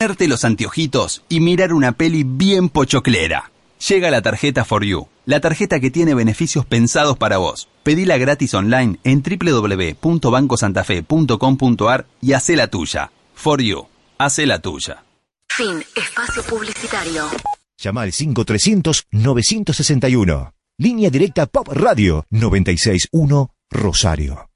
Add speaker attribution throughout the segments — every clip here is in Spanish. Speaker 1: ponerte los anteojitos y mirar una peli bien pochoclera. Llega la tarjeta For You, la tarjeta que tiene beneficios pensados para vos. Pedila gratis online en www.bancosantafe.com.ar y hacé la tuya. For You, hacé la tuya.
Speaker 2: Fin. Espacio publicitario.
Speaker 3: Llama al 5300-961. Línea directa Pop Radio 961 Rosario.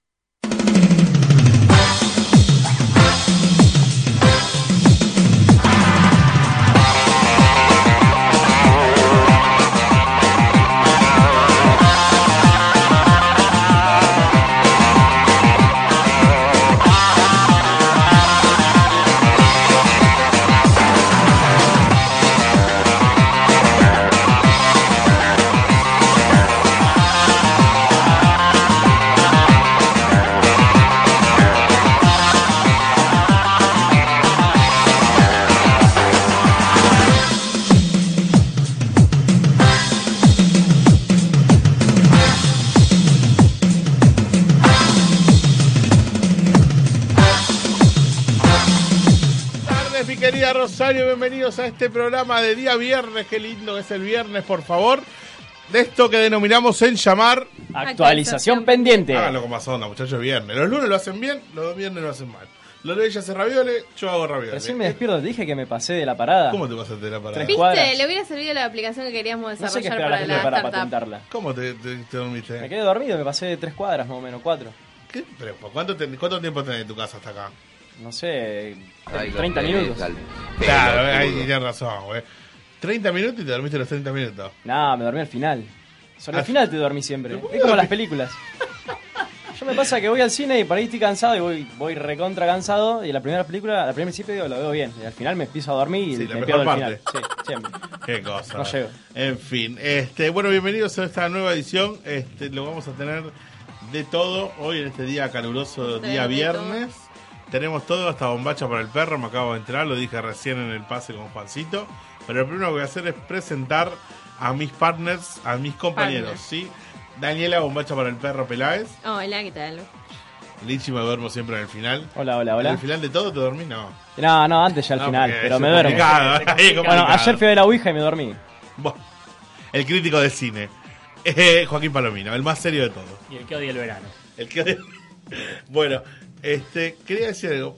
Speaker 4: tardes, mi querida Rosario. Bienvenidos a este programa de día viernes. Qué lindo que es el viernes, por favor. De esto que denominamos en llamar.
Speaker 5: Actualización pendiente.
Speaker 4: Háganlo con más onda, muchachos, es viernes. Los lunes lo hacen bien, los viernes lo hacen mal. Los lunes ella hace ravioles, yo hago ravioles.
Speaker 5: Recién me despierto, te dije que me pasé de la parada.
Speaker 4: ¿Cómo te pasaste la parada?
Speaker 5: Tres
Speaker 6: ¿Viste?
Speaker 5: cuadras.
Speaker 6: Le hubiera servido la aplicación que queríamos
Speaker 5: No sé qué
Speaker 6: desarrollar
Speaker 5: esperar la gente
Speaker 6: para la
Speaker 5: para
Speaker 6: startup.
Speaker 5: patentarla.
Speaker 4: ¿Cómo te, te- te
Speaker 5: Me
Speaker 4: dormiste?
Speaker 5: quedé dormido, me pasé de tres cuadras más o menos, cuatro.
Speaker 4: ¿Qué? Pero, ¿cuánto, te- ¿Cuánto tiempo tenés de tu casa hasta acá?
Speaker 5: No sé,
Speaker 7: Ay, los
Speaker 5: 30
Speaker 7: nenes
Speaker 5: minutos.
Speaker 7: al
Speaker 4: Claro,
Speaker 7: pelotudo.
Speaker 4: ahí tienes razón, güey. 30 minutos y te dormiste los 30 minutos.
Speaker 5: No, me dormí al final. Sobre
Speaker 4: Al-
Speaker 5: el final te dormí siempre.
Speaker 4: Ah. ¿Te
Speaker 5: Es como las películas. Yo me pasa que voy al cine y por ahí estoy cansado y voy, voy recontra cansado. Y la primera película, la primera principio digo, lo veo bien. Y al final me empiezo a dormir y
Speaker 4: Sí, la
Speaker 5: me
Speaker 4: mejor
Speaker 5: pierdo al
Speaker 4: parte.
Speaker 5: final. Sí, siempre.
Speaker 4: Qué cosa.
Speaker 5: No llego.
Speaker 4: En fin, este, bueno, bienvenidos a esta nueva edición. Este, lo vamos a tener de todo hoy en este día caluroso,
Speaker 6: De
Speaker 4: día
Speaker 6: todo.
Speaker 4: viernes. Tenemos todo, hasta bombacha para el perro, me acabo de entrar, lo dije recién en el pase con Juancito. Pero lo primero que voy a hacer es presentar a mis partners, a mis compañeros,
Speaker 6: Partners.
Speaker 4: ¿sí? Daniela, bombacha para el perro Peláez.
Speaker 6: Hola, ¿qué Oh, tal?
Speaker 4: Lichi me duermo siempre en el final.
Speaker 5: Hola, hola,
Speaker 4: ¿En
Speaker 5: hola.
Speaker 4: el final de todo te dormís? No.
Speaker 5: No, no, antes ya al
Speaker 4: No,
Speaker 5: final,
Speaker 4: porque
Speaker 5: pero
Speaker 4: es
Speaker 5: me duermo.
Speaker 4: complicado, es
Speaker 5: Bueno,
Speaker 4: complicado.
Speaker 5: ayer fui a la Ouija y me dormí.
Speaker 4: Buah, El crítico de cine. Eh, Joaquín Palomino, el más serio de todos.
Speaker 8: Y el que odia el verano.
Speaker 4: El que... bueno, este, quería decir algo.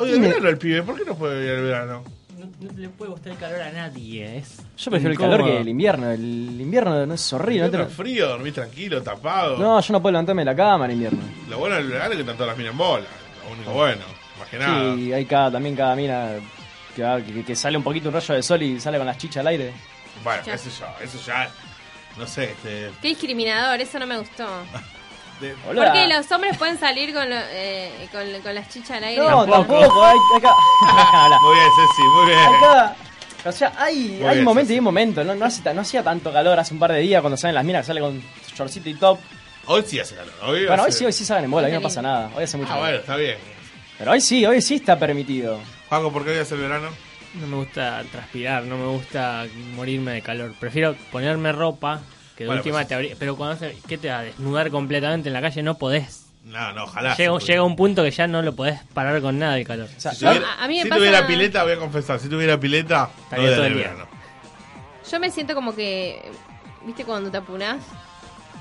Speaker 4: Oye, el verano el pibe, ¿por qué no puede ir al verano?
Speaker 8: No, no le puede gustar el calor a nadie. Es
Speaker 5: Yo prefiero el calor que el invierno. El invierno no es horrible. No, te
Speaker 4: Invierno
Speaker 5: lo-
Speaker 4: es frío, dormís tranquilo, tapado.
Speaker 5: no, yo no puedo levantarme de la cama en invierno.
Speaker 4: Lo bueno del verano es que están todas las minas en bola. Lo único bueno, más que nada.
Speaker 5: Sí, hay cada, también cada mina que, va- que- que sale un poquito un rayo de sol y sale con las chichas al aire.
Speaker 4: Bueno,
Speaker 6: Ya.
Speaker 4: eso ya, eso ya. No sé, este.
Speaker 6: Qué discriminador, eso no me gustó.
Speaker 4: de-
Speaker 5: Hola.
Speaker 6: Porque los hombres pueden salir con, lo- eh, con, con las chichas al aire.
Speaker 5: No, tampoco. Hay, hay ca- Hola.
Speaker 4: Muy bien, Ceci, muy bien.
Speaker 5: Hay cada- O sea, hay,
Speaker 4: Muy
Speaker 5: hay
Speaker 4: bien,
Speaker 5: momentos
Speaker 4: sí,
Speaker 5: y
Speaker 4: sí.
Speaker 5: hay momentos. No, no, hace ta- no hacía tanto calor hace un par de días cuando salen las minas que sale con shortcito y top.
Speaker 4: Hoy sí hace calor. Hoy
Speaker 5: Bueno, hoy
Speaker 4: hace-
Speaker 5: sí, hoy sí salen en bola, hoy no
Speaker 6: Lindo.
Speaker 5: pasa nada. Hoy hace mucho
Speaker 4: Ah,
Speaker 5: calor.
Speaker 4: bueno, está bien.
Speaker 5: Pero hoy sí, hoy sí está permitido.
Speaker 4: Juanco, ¿por qué hoy hace el verano?
Speaker 8: No me gusta transpirar, no me gusta morirme de calor. Prefiero ponerme ropa, que de
Speaker 4: Bueno,
Speaker 8: última
Speaker 4: pues-
Speaker 8: te abrí. Pero cuando hace, ¿qué te va a desnudar completamente en la calle? No podés.
Speaker 4: No, no, ojalá.
Speaker 8: Llega,
Speaker 4: se
Speaker 8: llega un punto que ya no lo podés parar con nada el calor.
Speaker 5: O sea,
Speaker 4: Si tuviera,
Speaker 6: A- a mí me
Speaker 4: si
Speaker 6: pasa-
Speaker 4: tuviera pileta, voy a confesar, si tuviera pileta, no
Speaker 8: Estaría todo
Speaker 4: daría
Speaker 8: el
Speaker 4: el
Speaker 8: día.
Speaker 4: verano.
Speaker 6: Yo me siento como que. ¿Viste cuando te apunás?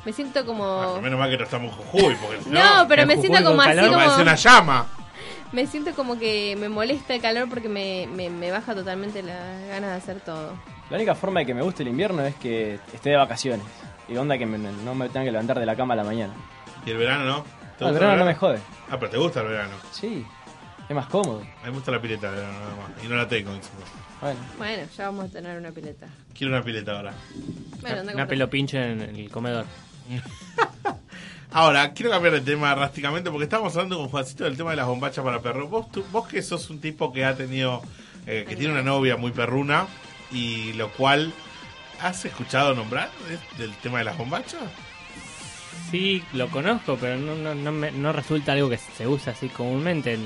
Speaker 6: Me siento
Speaker 4: Ah,
Speaker 6: como.
Speaker 4: menos mal que no estamos en Jujuy, porque si no,
Speaker 6: No, pero
Speaker 8: en
Speaker 6: me
Speaker 8: Jujuy
Speaker 6: siento como
Speaker 8: con
Speaker 6: así
Speaker 8: calor
Speaker 4: me parece
Speaker 6: como.
Speaker 4: una llama.
Speaker 6: Me siento como que me molesta el calor porque me, me, me baja totalmente las ganas de hacer todo.
Speaker 5: La única forma de que me guste el invierno es que esté de vacaciones. Y onda que me- no me tenga que levantar de la cama a la mañana.
Speaker 4: ¿Y el verano no? ¿Te gusta
Speaker 5: No, Ah, el verano no me jode.
Speaker 4: Ah, pero te gusta el verano.
Speaker 5: Sí, es más cómodo.
Speaker 4: A mí me gusta la pileta el verano, nada más. Y no la tengo. encima.
Speaker 5: Bueno,
Speaker 6: Bueno, ya vamos a tener una pileta.
Speaker 4: Quiero una pileta ahora.
Speaker 6: Bueno, anda
Speaker 8: una una
Speaker 6: con-
Speaker 8: pelo pincho en el comedor.
Speaker 4: Ahora, quiero cambiar de tema drásticamente porque estábamos hablando con Juancito del tema de las bombachas para perros. Vos, tú- vos que sos un tipo que ha tenido, eh, que tiene una novia muy perruna y lo cual, ¿has escuchado nombrar de- del tema de las bombachas?
Speaker 8: Sí, lo conozco, pero no, no, no, me- no resulta algo que se usa así comúnmente en,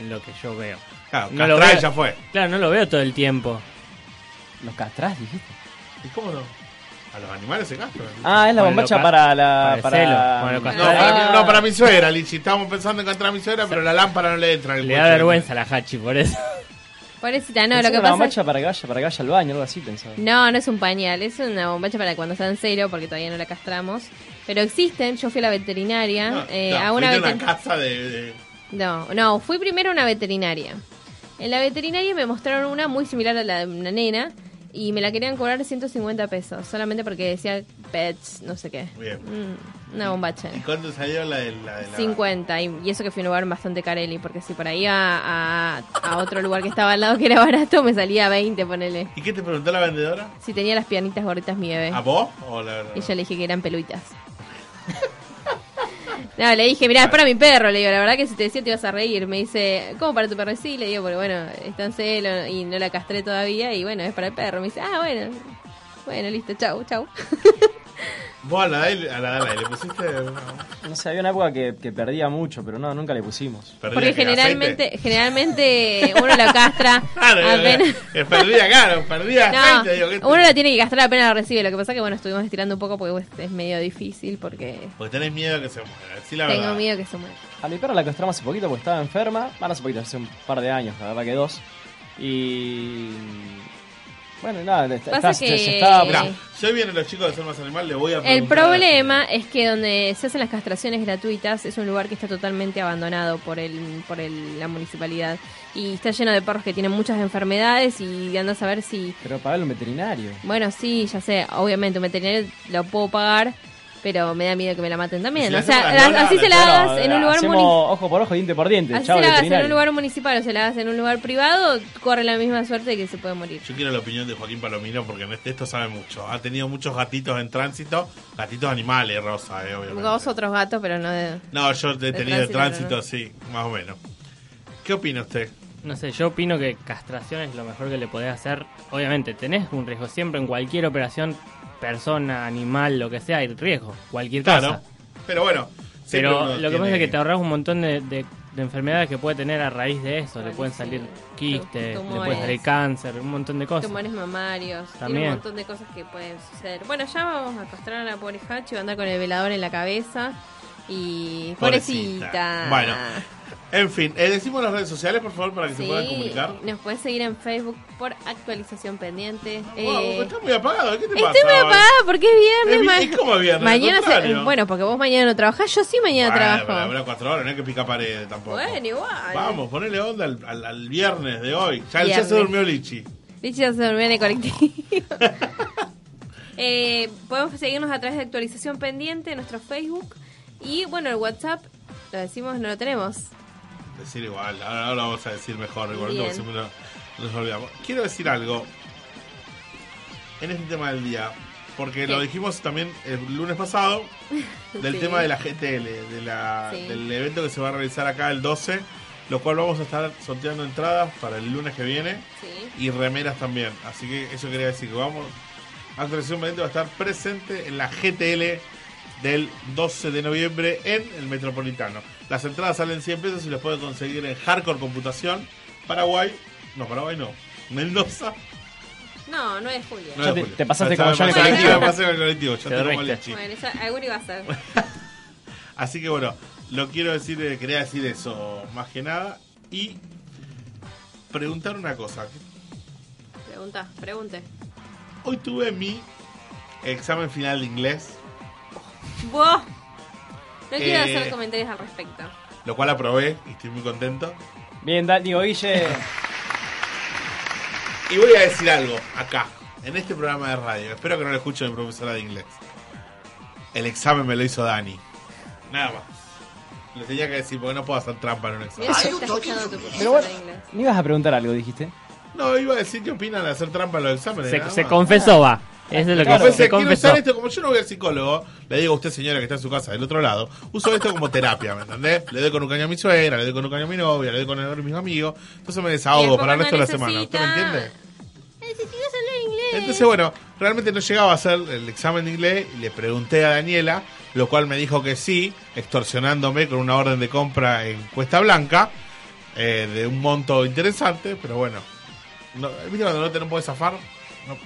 Speaker 8: en lo que yo veo.
Speaker 4: Claro,
Speaker 8: No lo
Speaker 4: Ah, Castral
Speaker 8: veo.
Speaker 4: ya fue.
Speaker 8: Claro, no lo veo todo el tiempo.
Speaker 5: los castrás, dijiste.
Speaker 4: ¿Y cómo no? A los animales se castran.
Speaker 5: Ah, es la
Speaker 8: Para
Speaker 5: bombacha
Speaker 8: loca-
Speaker 5: para la.
Speaker 8: para el celo, para lo
Speaker 4: No,
Speaker 8: castrar.
Speaker 4: para
Speaker 5: Ah.
Speaker 4: mi, no, para mi suegra, Lichi. Estábamos pensando en castrar a mi suegra, pero la lámpara no le entra. en el
Speaker 8: Le da
Speaker 4: coche.
Speaker 8: vergüenza a la Hachi por eso.
Speaker 6: Pobrecita,
Speaker 5: Pensé
Speaker 6: no, lo
Speaker 5: en
Speaker 6: que
Speaker 5: una
Speaker 6: pasa es...
Speaker 5: bombacha para que vaya, para que vaya al baño, algo así pensaba.
Speaker 6: No, no es un pañal, es una bombacha para cuando está en cero, porque todavía no la castramos. Pero existen, yo fui a la veterinaria,
Speaker 4: No,
Speaker 6: eh,
Speaker 4: no,
Speaker 6: a una
Speaker 4: fuiste
Speaker 6: veter-
Speaker 4: casa de, de-
Speaker 6: No, no, fui primero a una veterinaria. En la veterinaria me mostraron una muy similar a la de una nena y me la querían cobrar 150 pesos, solamente porque decía pets, no sé qué.
Speaker 4: Bien.
Speaker 6: Mm, una bombacha.
Speaker 4: ¿Y cuándo salió la de la, de la-
Speaker 6: 50, y, y eso que fui a un lugar bastante careli, porque si por ahí a, a- a otro lugar que estaba al lado que era barato me salía 20, ponele.
Speaker 4: ¿Y qué te preguntó la vendedora?
Speaker 6: Si tenía las piernitas gorditas mi bebé.
Speaker 4: ¿A vos? ¿O la,
Speaker 6: Eh. Y yo le dije que eran peluitas. No, le dije, mirá, es para mi perro, le digo, la verdad que si te decía te ibas a reír. Me dice, ¿cómo para tu perro? Y Sí, le digo, porque bueno, está en celo y no la castré todavía y bueno, es para el perro. Me dice, ah, bueno, bueno, listo, chau, chau.
Speaker 4: ¿Vos a la Dalai, a la Dalai le pusiste una-
Speaker 5: No sé, había una época que, que perdía mucho, pero no, nunca le pusimos.
Speaker 4: perdida
Speaker 6: Porque
Speaker 4: que era
Speaker 6: generalmente,
Speaker 4: aceite?
Speaker 6: generalmente uno la castra
Speaker 4: Claro,
Speaker 6: apenas...
Speaker 4: eh, perdida, claro, perdida aceite. digo, ¿qué te-
Speaker 6: No, uno la tiene que castrar apenas la recibe. Lo que pasa que bueno, estuvimos estirando un poco porque bueno, es medio difícil porque
Speaker 4: Porque tenés miedo que se muera. Sí, la
Speaker 6: tengo
Speaker 4: verdad.
Speaker 6: miedo que se muera.
Speaker 5: A mi perra la castramos hace poquito porque estaba enferma. Bueno, hace poquito, hace un par de años, la verdad que dos. Y. Bueno, nada, está,
Speaker 6: Pasa
Speaker 5: está- se- se
Speaker 6: que-
Speaker 5: estaba-
Speaker 4: Mirá,
Speaker 6: Eh.
Speaker 4: si hoy vienen los chicos de Ser Más Animal, le voy a preguntar.
Speaker 6: El problema es que donde se hacen las castraciones gratuitas es un lugar que está totalmente abandonado por el por el- la municipalidad y está lleno de perros que tienen muchas enfermedades y andas a ver si
Speaker 5: Pero pagarle un veterinario.
Speaker 6: bueno sí ya sé obviamente un veterinario lo puedo pagar pero me da miedo que me la maten también
Speaker 4: Si le
Speaker 6: o sea
Speaker 4: hacemos las
Speaker 6: as-
Speaker 4: lolas,
Speaker 6: así se la
Speaker 5: Bueno, eh,
Speaker 6: hagas en un lugar
Speaker 5: hacemos
Speaker 6: municipal
Speaker 5: ojo por ojo, diente por diente.
Speaker 6: Así
Speaker 5: Chao,
Speaker 6: se la hagas en
Speaker 5: veterinario.
Speaker 6: un lugar municipal o se la hagas en un lugar privado, corre la misma suerte de que se puede morir.
Speaker 4: Yo quiero la opinión de Joaquín Palomino porque en este esto sabe mucho. Ha tenido muchos gatitos en tránsito, gatitos animales, Rosa, eh, obviamente.
Speaker 6: Vos otros gatos, pero no de...
Speaker 4: No, yo he tenido de
Speaker 6: tránsito,
Speaker 4: tránsito,
Speaker 6: ¿no?
Speaker 4: sí, más o menos. ¿Qué opina usted?
Speaker 8: No sé, yo opino que castración es lo mejor que le podés hacer. Obviamente, tenés un riesgo siempre en cualquier operación, persona, animal, lo que sea, hay riesgo. Cualquier
Speaker 4: Claro.
Speaker 8: cosa.
Speaker 4: Pero bueno. siempre
Speaker 8: Pero
Speaker 4: uno
Speaker 8: lo que
Speaker 4: tiene-
Speaker 8: pasa es que te ahorras un montón de, de- de enfermedades que puede tener a raíz de eso. Le
Speaker 6: Bueno,
Speaker 8: pueden
Speaker 6: sí.
Speaker 8: salir quistes, le puede
Speaker 6: Tumores.
Speaker 8: salir cáncer, un montón de cosas.
Speaker 6: Tumores mamarios, tiene
Speaker 8: También.
Speaker 6: un montón de cosas que pueden suceder. Bueno, ya vamos a castrar a la pobre Hachi, va a andar con el velador en la cabeza y...
Speaker 4: Pobrecita.
Speaker 6: Pobrecita.
Speaker 4: Bueno, En fin, eh, decimos las redes sociales, por favor, para que se puedan
Speaker 6: Sí,
Speaker 4: comunicar.
Speaker 6: nos puedes seguir en Facebook por actualización pendiente.
Speaker 4: Wow,
Speaker 6: Eh,
Speaker 4: estás muy apagado, ¿qué te pasa?
Speaker 6: Estoy muy
Speaker 4: hoy?
Speaker 6: apagada porque es viernes.
Speaker 4: Es vi-
Speaker 6: ma-
Speaker 4: es como viernes,
Speaker 6: mañana
Speaker 4: al
Speaker 6: se-
Speaker 4: contrario.
Speaker 6: Bueno, porque vos mañana no trabajás, yo sí mañana
Speaker 4: Bueno,
Speaker 6: trabajo.
Speaker 4: pero habrá cuatro horas, no hay que picar paredes tampoco.
Speaker 6: Bueno, igual.
Speaker 4: Vamos, ponele onda al, al- al viernes de hoy. Ya, ya
Speaker 6: Viernes.
Speaker 4: se durmió Lichi.
Speaker 6: Lichi ya se durmió en el colectivo. Eh, podemos seguirnos a través de actualización pendiente en nuestro Facebook. Y bueno, el WhatsApp, lo decimos, no lo tenemos.
Speaker 4: Decir igual, ahora, ahora vamos a decir mejor, igual,
Speaker 6: Bien.
Speaker 4: porque siempre nos, nos olvidamos. Quiero decir algo en este tema del día, porque lo
Speaker 6: ¿Qué?
Speaker 4: dijimos también el lunes pasado, del
Speaker 6: Sí.
Speaker 4: tema de la GTL, de la-
Speaker 6: Sí.
Speaker 4: del evento que se va a realizar acá el 12, lo cual vamos a estar sorteando entradas para el lunes que viene
Speaker 6: Sí.
Speaker 4: y remeras también. Así que eso quería decir que vamos. Actualización Pendiente va a estar presente en la GTL del 12 de noviembre en el Metropolitano. Las entradas salen 100 pesos y las pueden conseguir en Hardcore Computación, Paraguay, no, Paraguay no, Mendoza.
Speaker 6: No, no es Julia.
Speaker 4: No
Speaker 5: Ya
Speaker 4: es
Speaker 5: te-
Speaker 4: Julio.
Speaker 5: te pasaste
Speaker 4: Ya
Speaker 5: como
Speaker 4: me
Speaker 5: yo en el
Speaker 4: pasé,
Speaker 6: colectivo.
Speaker 4: ya me pasé con el colectivo, ya
Speaker 8: Te
Speaker 4: tengo
Speaker 8: dormiste.
Speaker 4: leche.
Speaker 6: Bueno, ya, alguno iba a ser.
Speaker 4: Así que bueno, lo quiero decir, eh, quería decir eso más que nada y preguntar una cosa.
Speaker 6: Pregunta, pregunte.
Speaker 4: Hoy tuve mi examen final de inglés.
Speaker 6: Vos. No quiero
Speaker 4: Eh.
Speaker 6: hacer comentarios al respecto.
Speaker 4: lo cual aprobé y estoy muy contento.
Speaker 5: Bien, da- digo, Guille.
Speaker 4: Y voy a decir algo acá, en este programa de radio. Espero que no lo escuche mi profesora de inglés. El examen me lo hizo Dani. Nada más. Lo tenía que decir porque no puedo hacer trampa en un examen.
Speaker 6: Mira si está escuchando tu
Speaker 5: Pero
Speaker 6: profesor
Speaker 5: bueno,
Speaker 6: de inglés.
Speaker 5: me ibas a preguntar algo, dijiste.
Speaker 4: No, iba a decir qué opinan de hacer trampa en los exámenes.
Speaker 8: Se,
Speaker 4: nada
Speaker 8: se
Speaker 4: más.
Speaker 8: confesó, va. Eso es lo que
Speaker 5: Claro.
Speaker 4: Confesé,
Speaker 8: se
Speaker 4: quiero
Speaker 8: confesó.
Speaker 4: usar esto, como yo no voy al psicólogo, le digo a usted señora que está en su casa del otro lado, uso esto como terapia, ¿me entendés? Le doy con un caño a mi suegra, le doy con un caño a mi novia, le doy con un caño a mis amigos, entonces me
Speaker 6: Y
Speaker 4: desahogo
Speaker 6: después
Speaker 4: para el resto de la
Speaker 6: cuando
Speaker 4: semana, ¿usted me
Speaker 6: necesita-
Speaker 4: entiende? Este
Speaker 6: Necesitas hablar inglés.
Speaker 4: Entonces, bueno, realmente no llegaba a hacer el examen de inglés y le pregunté a Daniela, lo cual me dijo que sí, extorsionándome con una orden de compra en Cuesta Blanca, eh, de un monto interesante, pero bueno. No, ¿Viste cuando no te no puedes zafar? No.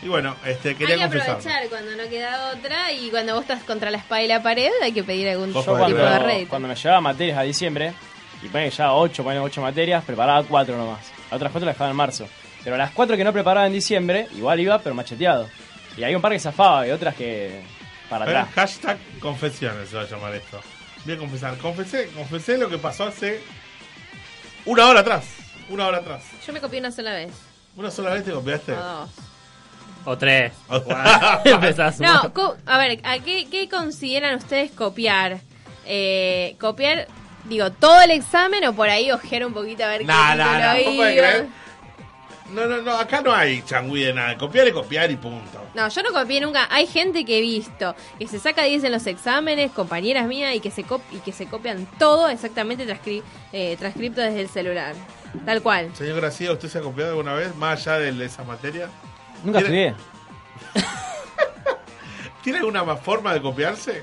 Speaker 4: Y bueno, este, quería
Speaker 6: hay que
Speaker 4: confesar.
Speaker 6: aprovechar cuando no queda otra y cuando vos estás contra la espada y la pared hay que pedir algún
Speaker 4: Yo
Speaker 5: Yo
Speaker 4: Ojo,
Speaker 5: cuando,
Speaker 4: de
Speaker 6: rédito.
Speaker 5: cuando me llevaba materias a diciembre, y ponía ya 8, ponía 8 materias, preparaba 4 nomás. La otra foto la dejaba en marzo. Pero las cuatro que no preparaba en diciembre, igual iba, pero macheteado. Y hay un par que zafaba y otras que. para
Speaker 4: Pero
Speaker 5: atrás.
Speaker 4: hashtag confesiones se va a llamar esto. Voy a confesar. Confesé, confesé lo que pasó hace una hora atrás. Una hora atrás.
Speaker 6: Yo me copié una sola vez.
Speaker 4: Una sola vez te copiaste.
Speaker 6: O dos.
Speaker 8: O tres.
Speaker 4: O-
Speaker 8: Empezás.
Speaker 6: No, co- a ver, ¿a qué, qué consideran ustedes copiar? Eh, copiar, digo, todo el examen o por ahí ojear un poquito a ver
Speaker 4: Nah,
Speaker 6: qué
Speaker 4: nah, nah,
Speaker 6: título
Speaker 4: vos podés
Speaker 6: iba?
Speaker 4: creer. No, no, no, acá no hay changüí de nada. Copiar y copiar y punto.
Speaker 6: No, yo no copié nunca. Hay gente que he visto que se saca 10 en los exámenes, compañeras mías, y que se, cop- y que se copian todo exactamente transcri- eh, transcripto desde el celular. Tal cual.
Speaker 4: Señor Gracia, ¿usted se ha copiado alguna vez más allá de, de esa materia?
Speaker 5: Nunca
Speaker 4: Mira-
Speaker 5: estudié.
Speaker 4: ¿Tiene alguna más forma de copiarse?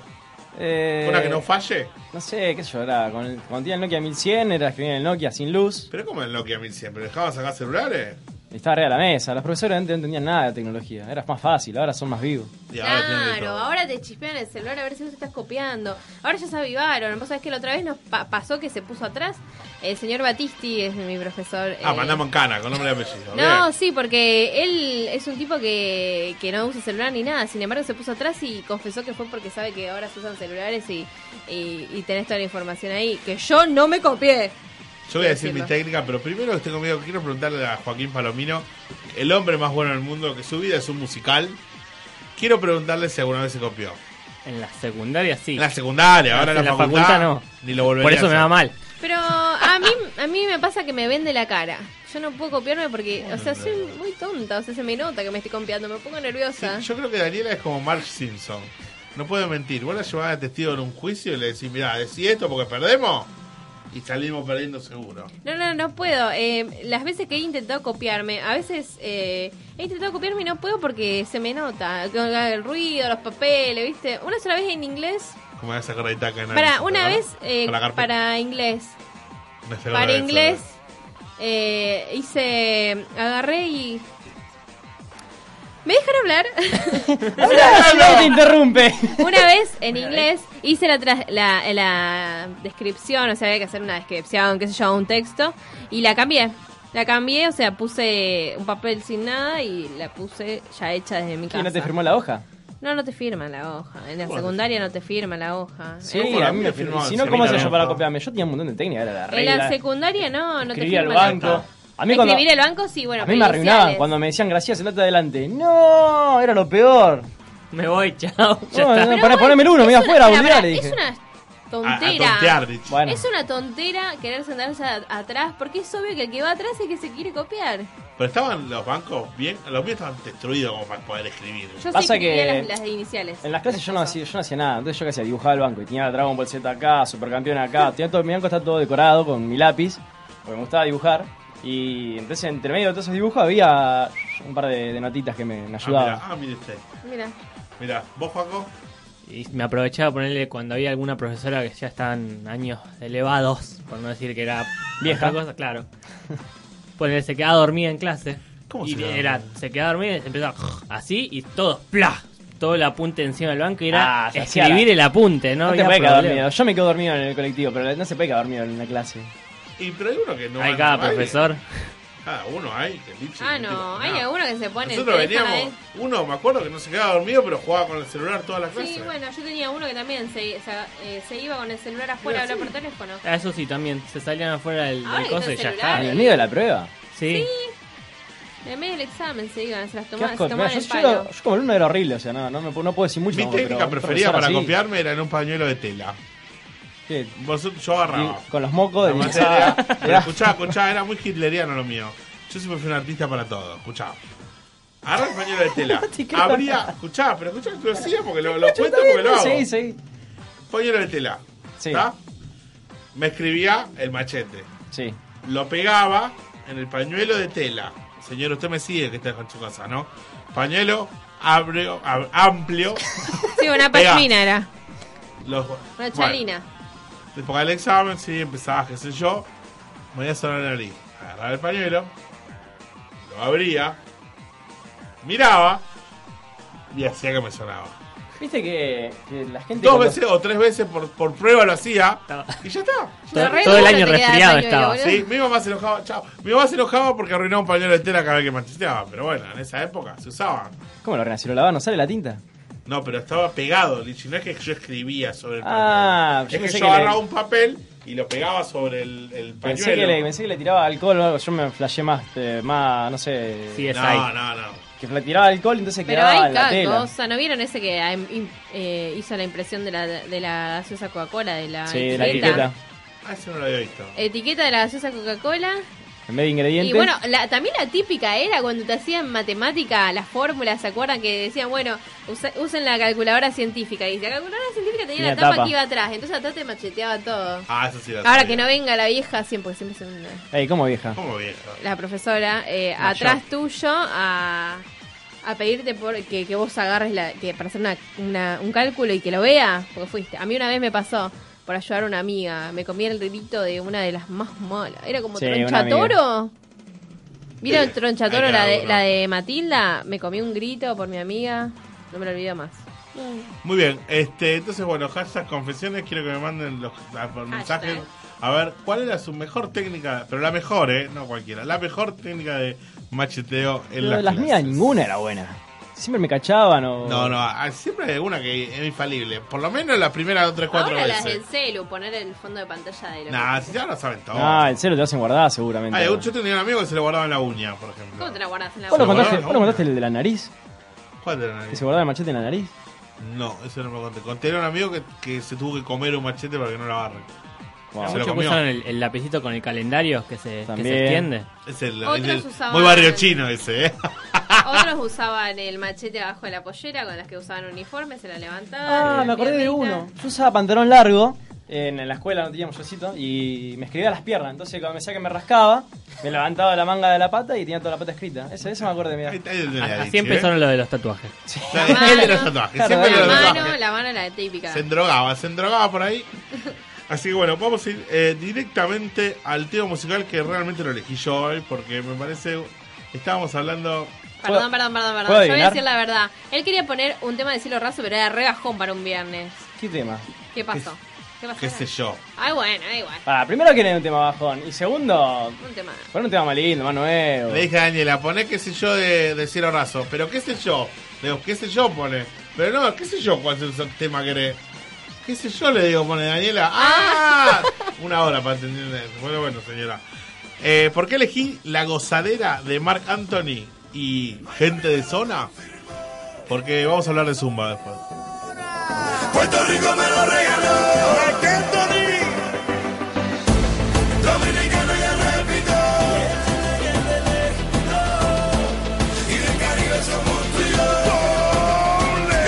Speaker 5: Eh,
Speaker 4: ¿Una que no falle?
Speaker 5: No sé, qué sé yo, era con el- cuando tenía el Nokia 1100, era escribir en el Nokia sin luz.
Speaker 4: Pero como el Nokia 1100, ¿pero dejaban sacar celulares?
Speaker 5: y Estaba arriba de la mesa. Los profesores no entendían nada de tecnología. Era más fácil, ahora son más vivos.
Speaker 4: Y ahora tienen de
Speaker 6: Claro,
Speaker 4: todo.
Speaker 6: ahora te chispean el celular a ver si vos estás copiando. Ahora ya se avivaron. Vos sabés que la otra vez nos pa- pasó que se puso atrás. El señor Batisti es mi profesor.
Speaker 4: Ah,
Speaker 6: eh,
Speaker 4: mandamos en cana, con nombre y apellido.
Speaker 6: No,
Speaker 4: Bien.
Speaker 6: sí, porque él es un tipo que, que no usa celular ni nada. Sin embargo, se puso atrás y confesó que fue porque sabe que ahora se usan celulares y, y, y tenés toda la información ahí. Que yo no me copié.
Speaker 4: Yo voy a decir mi
Speaker 6: Decirlo.
Speaker 4: técnica, pero primero que estoy conmigo, quiero preguntarle a Joaquín Palomino, el hombre más bueno del mundo, que su vida es un musical. Quiero preguntarle si alguna vez se copió.
Speaker 8: En la secundaria sí.
Speaker 4: En la secundaria, ahora en la, facultad,
Speaker 8: no.
Speaker 4: Ni lo volvería
Speaker 8: Por eso
Speaker 4: a
Speaker 8: me va
Speaker 4: hacer.
Speaker 8: mal.
Speaker 6: Pero a mí, a mí me pasa que me vende la cara. Yo no puedo copiarme porque, o sea, soy muy tonta. O sea, se me nota que me estoy copiando. Me pongo
Speaker 4: Sí,
Speaker 6: nerviosa.
Speaker 4: yo creo que Daniela es como Marge Simpson. No puede mentir. Vos la llevás a testigo en un juicio y le decís, mirá, decí esto porque perdemos y salimos perdiendo seguro.
Speaker 6: No, no, no puedo. Eh, las veces que he intentado copiarme, a veces eh, he intentado copiarme y no puedo porque se me nota. Con El ruido, los papeles, ¿viste? Una sola vez en inglés.
Speaker 4: Como esa carretita que no
Speaker 6: Para,
Speaker 4: hizo,
Speaker 6: una
Speaker 4: ¿verdad?
Speaker 6: vez eh,
Speaker 4: Con la carpeta.
Speaker 6: para inglés.
Speaker 4: Me salió una
Speaker 6: Para
Speaker 4: vez,
Speaker 6: inglés eh, hice. Agarré y. ¿Me dejan hablar?
Speaker 5: ¡No te interrumpe!
Speaker 6: Una vez en inglés hice la, tras- la, la descripción, o sea, había que hacer una descripción, qué sé yo, un texto, y la cambié. La cambié, o sea, puse un papel sin nada y la puse ya hecha desde mi
Speaker 5: ¿Quién
Speaker 6: casa.
Speaker 5: no te firmó la hoja?
Speaker 6: No, no te firman la hoja. En la
Speaker 4: ¿Cómo no te
Speaker 6: secundaria no te firman la hoja.
Speaker 5: Sí,
Speaker 4: bueno,
Speaker 5: a mí me
Speaker 4: me
Speaker 5: firmó.
Speaker 4: firmaban,
Speaker 5: Si no,
Speaker 4: se
Speaker 5: ¿cómo
Speaker 4: me
Speaker 5: hacía yo para
Speaker 4: encantó.
Speaker 5: copiarme? Yo tenía un montón de técnicas, era la
Speaker 6: En la
Speaker 5: regla.
Speaker 6: secundaria no, no te
Speaker 5: Escribir al
Speaker 6: firman la
Speaker 5: banco.
Speaker 6: hoja.
Speaker 5: A mí cuando...
Speaker 6: Escribir el banco, sí, bueno,
Speaker 5: A mí me arruinaban
Speaker 6: iniciales.
Speaker 5: cuando me decían gracias, sentate adelante. No, era lo peor.
Speaker 8: Me voy, chao. Ya
Speaker 5: No, no,
Speaker 8: está.
Speaker 6: Pero
Speaker 5: para
Speaker 6: bueno,
Speaker 5: ponerme el uno,
Speaker 6: es
Speaker 5: me iba
Speaker 6: una-
Speaker 5: afuera,
Speaker 6: la
Speaker 5: olvidar,
Speaker 6: verdad,
Speaker 5: le
Speaker 6: Es
Speaker 5: dije.
Speaker 6: una
Speaker 4: A, a
Speaker 6: tontera.
Speaker 4: tontear, dicho.
Speaker 5: Bueno,
Speaker 6: Es una tontera querer sentarse a- atrás, porque es obvio que el que va atrás es que se quiere copiar.
Speaker 4: Pero estaban los bancos bien, los míos estaban destruidos como para poder escribir. Ah,
Speaker 6: Yo
Speaker 5: Pasa
Speaker 6: sí escribía
Speaker 5: que
Speaker 6: las, las iniciales.
Speaker 5: en las clases yo no,
Speaker 6: Las cosas.
Speaker 5: hacía, yo no hacía nada. Entonces yo que hacía, dibujaba el banco. Y tenía la Dragon Ball Z acá, Supercampeón acá. Tenía todo, mi banco está todo decorado con mi lápiz, porque me gustaba dibujar. Y entonces entre medio de todos esos dibujos había un par de, de notitas que me, me
Speaker 4: Ah, mira,
Speaker 5: ayudaban.
Speaker 4: ah, mire usted.
Speaker 6: Mira.
Speaker 4: Mirá, vos, Paco,
Speaker 8: Y me aprovechaba ponerle cuando había alguna profesora que ya estaban años elevados, por no decir que era
Speaker 5: Vieja.
Speaker 8: otra cosa, claro. Ponerle se quedaba dormida en clase.
Speaker 4: ¿Cómo
Speaker 8: y
Speaker 4: se quedaba
Speaker 8: era, se quedaba dormida y se empezaba así y todo, ¡plá! Todo el apunte encima del banco y era
Speaker 5: Ah, se hacía
Speaker 8: escribir
Speaker 5: la-
Speaker 8: el apunte, ¿no?
Speaker 5: No, te
Speaker 8: había
Speaker 5: puedes quedar
Speaker 8: problema.
Speaker 5: dormido. Yo me quedo dormido en el colectivo, pero no se puede quedar dormido en una clase.
Speaker 4: Y pero hay uno que no.
Speaker 8: Hay
Speaker 4: anda
Speaker 8: cada
Speaker 4: mal,
Speaker 8: profesor.
Speaker 4: que- Cada uno hay. Que lichi,
Speaker 6: Ah,
Speaker 4: que tipo,
Speaker 6: no, hay
Speaker 4: nada.
Speaker 6: alguno que se pone ¿eh? el
Speaker 4: Nosotros
Speaker 6: teléfono
Speaker 4: veníamos. Uno, me acuerdo que no se quedaba dormido, pero jugaba con el celular toda la
Speaker 6: adentro.
Speaker 4: clase.
Speaker 6: Sí, bueno, yo tenía uno que también se, o sea, eh, se iba con el celular afuera a hablar por teléfono.
Speaker 8: Ah, Eso sí, también. Se salían afuera del,
Speaker 6: Ahora
Speaker 8: del
Speaker 6: que
Speaker 8: coso y
Speaker 6: está
Speaker 8: ya
Speaker 6: el
Speaker 8: está.
Speaker 5: En
Speaker 6: celular.
Speaker 5: el medio de la prueba.
Speaker 8: Sí.
Speaker 6: En medio del examen se iban, se las
Speaker 5: Qué
Speaker 6: tomaban,
Speaker 5: asco.
Speaker 6: se tomaban
Speaker 5: Mira,
Speaker 6: el
Speaker 5: yo, yo era-
Speaker 6: palo.
Speaker 5: yo como alumno era horrible, o sea, no, no, me, puedo- no puedo decir mucho.
Speaker 4: Mi
Speaker 5: no, pero
Speaker 4: técnica
Speaker 5: un
Speaker 4: preferida
Speaker 5: profesor
Speaker 4: para
Speaker 5: así,
Speaker 4: copiarme era en un pañuelo de tela.
Speaker 5: que-
Speaker 4: Vos- yo agarraba.
Speaker 5: con los mocos de
Speaker 4: La materia. Pero escuchá, escuchá, era muy hitleriano lo mío. Yo siempre fui un artista para todo, escuchá. Agarra el pañuelo de tela.
Speaker 5: te creo.
Speaker 4: Abría, escuchá, pero escuchá que lo hacía porque lo, lo cuento porque lo hago.
Speaker 5: Sí, sí.
Speaker 4: Pañuelo de tela.
Speaker 5: Sí.
Speaker 4: ¿Está? Me escribía el machete.
Speaker 5: Sí.
Speaker 4: Lo pegaba en el pañuelo de tela. Señor, usted me sigue que está en su casa, ¿no? Pañuelo abrio- ab- amplio.
Speaker 6: Sí, una
Speaker 4: Pegá.
Speaker 6: pashmina era.
Speaker 4: Los,
Speaker 6: Una
Speaker 4: bueno,
Speaker 6: chalina.
Speaker 4: Después del examen, sí, empezaba, qué sé yo, me voy a sonar la nariz. Agarraba el pañuelo, lo abría, miraba y hacía que me sonaba.
Speaker 5: Viste que, que la gente.
Speaker 4: Dos
Speaker 5: cuando-
Speaker 4: veces o tres veces por, por prueba lo hacía y ya está.
Speaker 8: Todo,
Speaker 6: re
Speaker 8: todo el
Speaker 6: duro
Speaker 8: año
Speaker 6: te queda
Speaker 8: resfriado
Speaker 6: el baño,
Speaker 8: estaba.
Speaker 6: boludo.
Speaker 4: Sí, mi mamá se enojaba, chao. Mi mamá se enojaba porque arruinaba un pañuelo de tela cada vez que macheteaba, pero bueno, en esa época se usaba.
Speaker 5: ¿Cómo lo renació? ¿Lo lavaba? ¿No sale la tinta?
Speaker 4: No, pero estaba pegado, Lichi. No es que yo escribía sobre el pañuelo.
Speaker 5: Ah, yo
Speaker 4: es que
Speaker 5: pensé
Speaker 4: yo
Speaker 5: que le-
Speaker 4: agarraba un papel y lo pegaba sobre el, el pañuelo.
Speaker 5: Pensé que, le, pensé que le tiraba alcohol o algo. Yo me flashé más, eh, más no sé.
Speaker 8: Sí, es
Speaker 4: No, no, no.
Speaker 5: Que le tiraba alcohol, entonces
Speaker 6: Pero
Speaker 5: quedaba
Speaker 6: hay
Speaker 5: en la
Speaker 6: cada
Speaker 5: tela.
Speaker 6: cosa. ¿No vieron ese que ah, im- eh, hizo la impresión de la, de la gaseosa Coca-Cola? De la
Speaker 5: Sí, de
Speaker 6: etiqueta.
Speaker 5: la etiqueta.
Speaker 4: Ah, ese no lo había visto.
Speaker 6: Etiqueta de la gaseosa Coca-Cola.
Speaker 5: En vez de ingredientes.
Speaker 6: Y bueno, la- también la típica era cuando te hacían matemática, las fórmulas, ¿se acuerdan? Que decían, bueno, usa- usen la calculadora científica. Y la calculadora científica tenía
Speaker 5: Tenía
Speaker 6: la tapa,
Speaker 5: tapa.
Speaker 6: que iba atrás. Entonces atrás te macheteaba todo.
Speaker 4: Ah, eso sí lo
Speaker 6: Ahora
Speaker 4: sabía.
Speaker 6: que no venga la vieja, siempre, siempre es una-
Speaker 5: Ey, ¿cómo vieja?
Speaker 4: ¿Cómo viejo?
Speaker 6: la profesora eh,
Speaker 5: Mayor.
Speaker 6: atrás tuyo a, a pedirte por, que, que vos agarres la, que para hacer una, una- un cálculo y que lo vea, porque fuiste. A mí una vez me pasó por ayudar a una amiga, me comí el grito de una de las más malas. Era como
Speaker 5: Sí, una
Speaker 6: tronchatoro. ¿Vieron el
Speaker 4: Sí,
Speaker 6: tronchatoro,
Speaker 4: hay
Speaker 6: la
Speaker 4: cada
Speaker 6: de,
Speaker 4: uno.
Speaker 6: la de Matilda? Me comí un grito por mi amiga, no me lo olvido más.
Speaker 4: Muy bien, este, entonces bueno, hashtag confesiones, quiero que me manden los a-
Speaker 6: Ah,
Speaker 4: por mensajes. A ver, ¿cuál era su mejor técnica? Pero la mejor, ¿eh? No cualquiera. La mejor técnica de macheteo en
Speaker 5: Pero
Speaker 4: las,
Speaker 5: de las mías
Speaker 4: clases.
Speaker 5: ninguna era buena. Siempre me cachaban o.
Speaker 4: No, no, ah, siempre hay alguna que es infalible. Por lo menos las primeras dos, tres, cuatro
Speaker 6: Ahora las del
Speaker 4: veces.
Speaker 6: celu, poner el fondo de pantalla de lo
Speaker 4: Nah,
Speaker 6: que-
Speaker 4: si ya lo saben todo.
Speaker 5: Ah, el cero te lo hacen guardar seguramente.
Speaker 4: Ay, yo tenía un amigo que se lo guardaba en la uña, por ejemplo.
Speaker 6: ¿Cómo te la guardás en la
Speaker 5: ¿Vos
Speaker 4: Bueno,
Speaker 5: lo
Speaker 6: boca?
Speaker 5: contaste,
Speaker 4: guardaron,
Speaker 5: vos lo
Speaker 4: ¿no?
Speaker 5: contaste el de la nariz?
Speaker 4: ¿Cuál era el
Speaker 5: Que
Speaker 4: amigo?
Speaker 5: se guardaba el machete en la nariz.
Speaker 4: No, eso no me lo conté. Conté era un amigo que, que se tuvo que comer un machete para que no lo agarren.
Speaker 5: Wow.
Speaker 4: Se lo
Speaker 8: Muchos
Speaker 4: comió.
Speaker 8: usaron el, el lapicito con el calendario que se, que
Speaker 5: También.
Speaker 8: se extiende.
Speaker 4: Es el,
Speaker 6: Otros
Speaker 4: es el-
Speaker 6: usaban-
Speaker 4: muy barrio chino ese, ¿eh?
Speaker 6: Otros usaban el machete abajo de la pollera con las que usaban uniforme, se la levantaban.
Speaker 5: Ah, me acordé de uno. Yo usaba pantalón largo. En en la escuela no teníamos yocito y me escribía las piernas. Entonces, cuando me decía que me rascaba, me levantaba la manga de la pata y tenía toda la pata escrita. Eso, eso me acuerdo de mi
Speaker 4: Ahí- ahí lo tenés,
Speaker 8: Así
Speaker 4: Lichi, ¿eh?
Speaker 8: empezaron lo de los tatuajes.
Speaker 4: La,
Speaker 6: La
Speaker 4: el de
Speaker 6: mano.
Speaker 4: los tatuajes,
Speaker 5: Claro,
Speaker 4: siempre
Speaker 5: la
Speaker 4: el de los
Speaker 6: La mano,
Speaker 4: tatuajes.
Speaker 6: la mano la típica.
Speaker 4: Se endrogaba, se endrogaba por ahí. Así que bueno, vamos a ir eh, directamente al tema musical que realmente lo elegí yo hoy porque me parece. Estábamos hablando.
Speaker 6: Perdón, perdón, perdón,
Speaker 5: ¿Puedo
Speaker 6: perdón. Yo voy a
Speaker 5: adivinar?
Speaker 6: decir la verdad. Él quería poner un tema de cielo raso, pero era re bajón para un viernes.
Speaker 5: ¿Qué tema?
Speaker 6: ¿Qué pasó? ¿Qué pasó?
Speaker 4: ¿Qué sé yo?
Speaker 6: Ay, bueno, da igual.
Speaker 5: Ah, primero que no era un tema bajón. Y segundo,
Speaker 6: Un tema.
Speaker 5: fue un tema más lindo, más nuevo.
Speaker 4: Le dije a Daniela, poné qué sé yo de, de Cielo Raso. Pero qué sé yo. Le digo, qué sé yo, pone. Pero no, qué sé yo cuál es el tema que le. ¿Qué sé yo? Le digo, pone Daniela. ¡Ah! Una hora para entender eso. Bueno, bueno, señora. Eh, ¿Por qué elegí la gozadera de Mark Anthony y gente de zona? Porque vamos a hablar de Zumba después.
Speaker 7: Puerto Rico me lo regaló. Anthony. Dominicano ya repito. Y del Caribe somos tú y yo.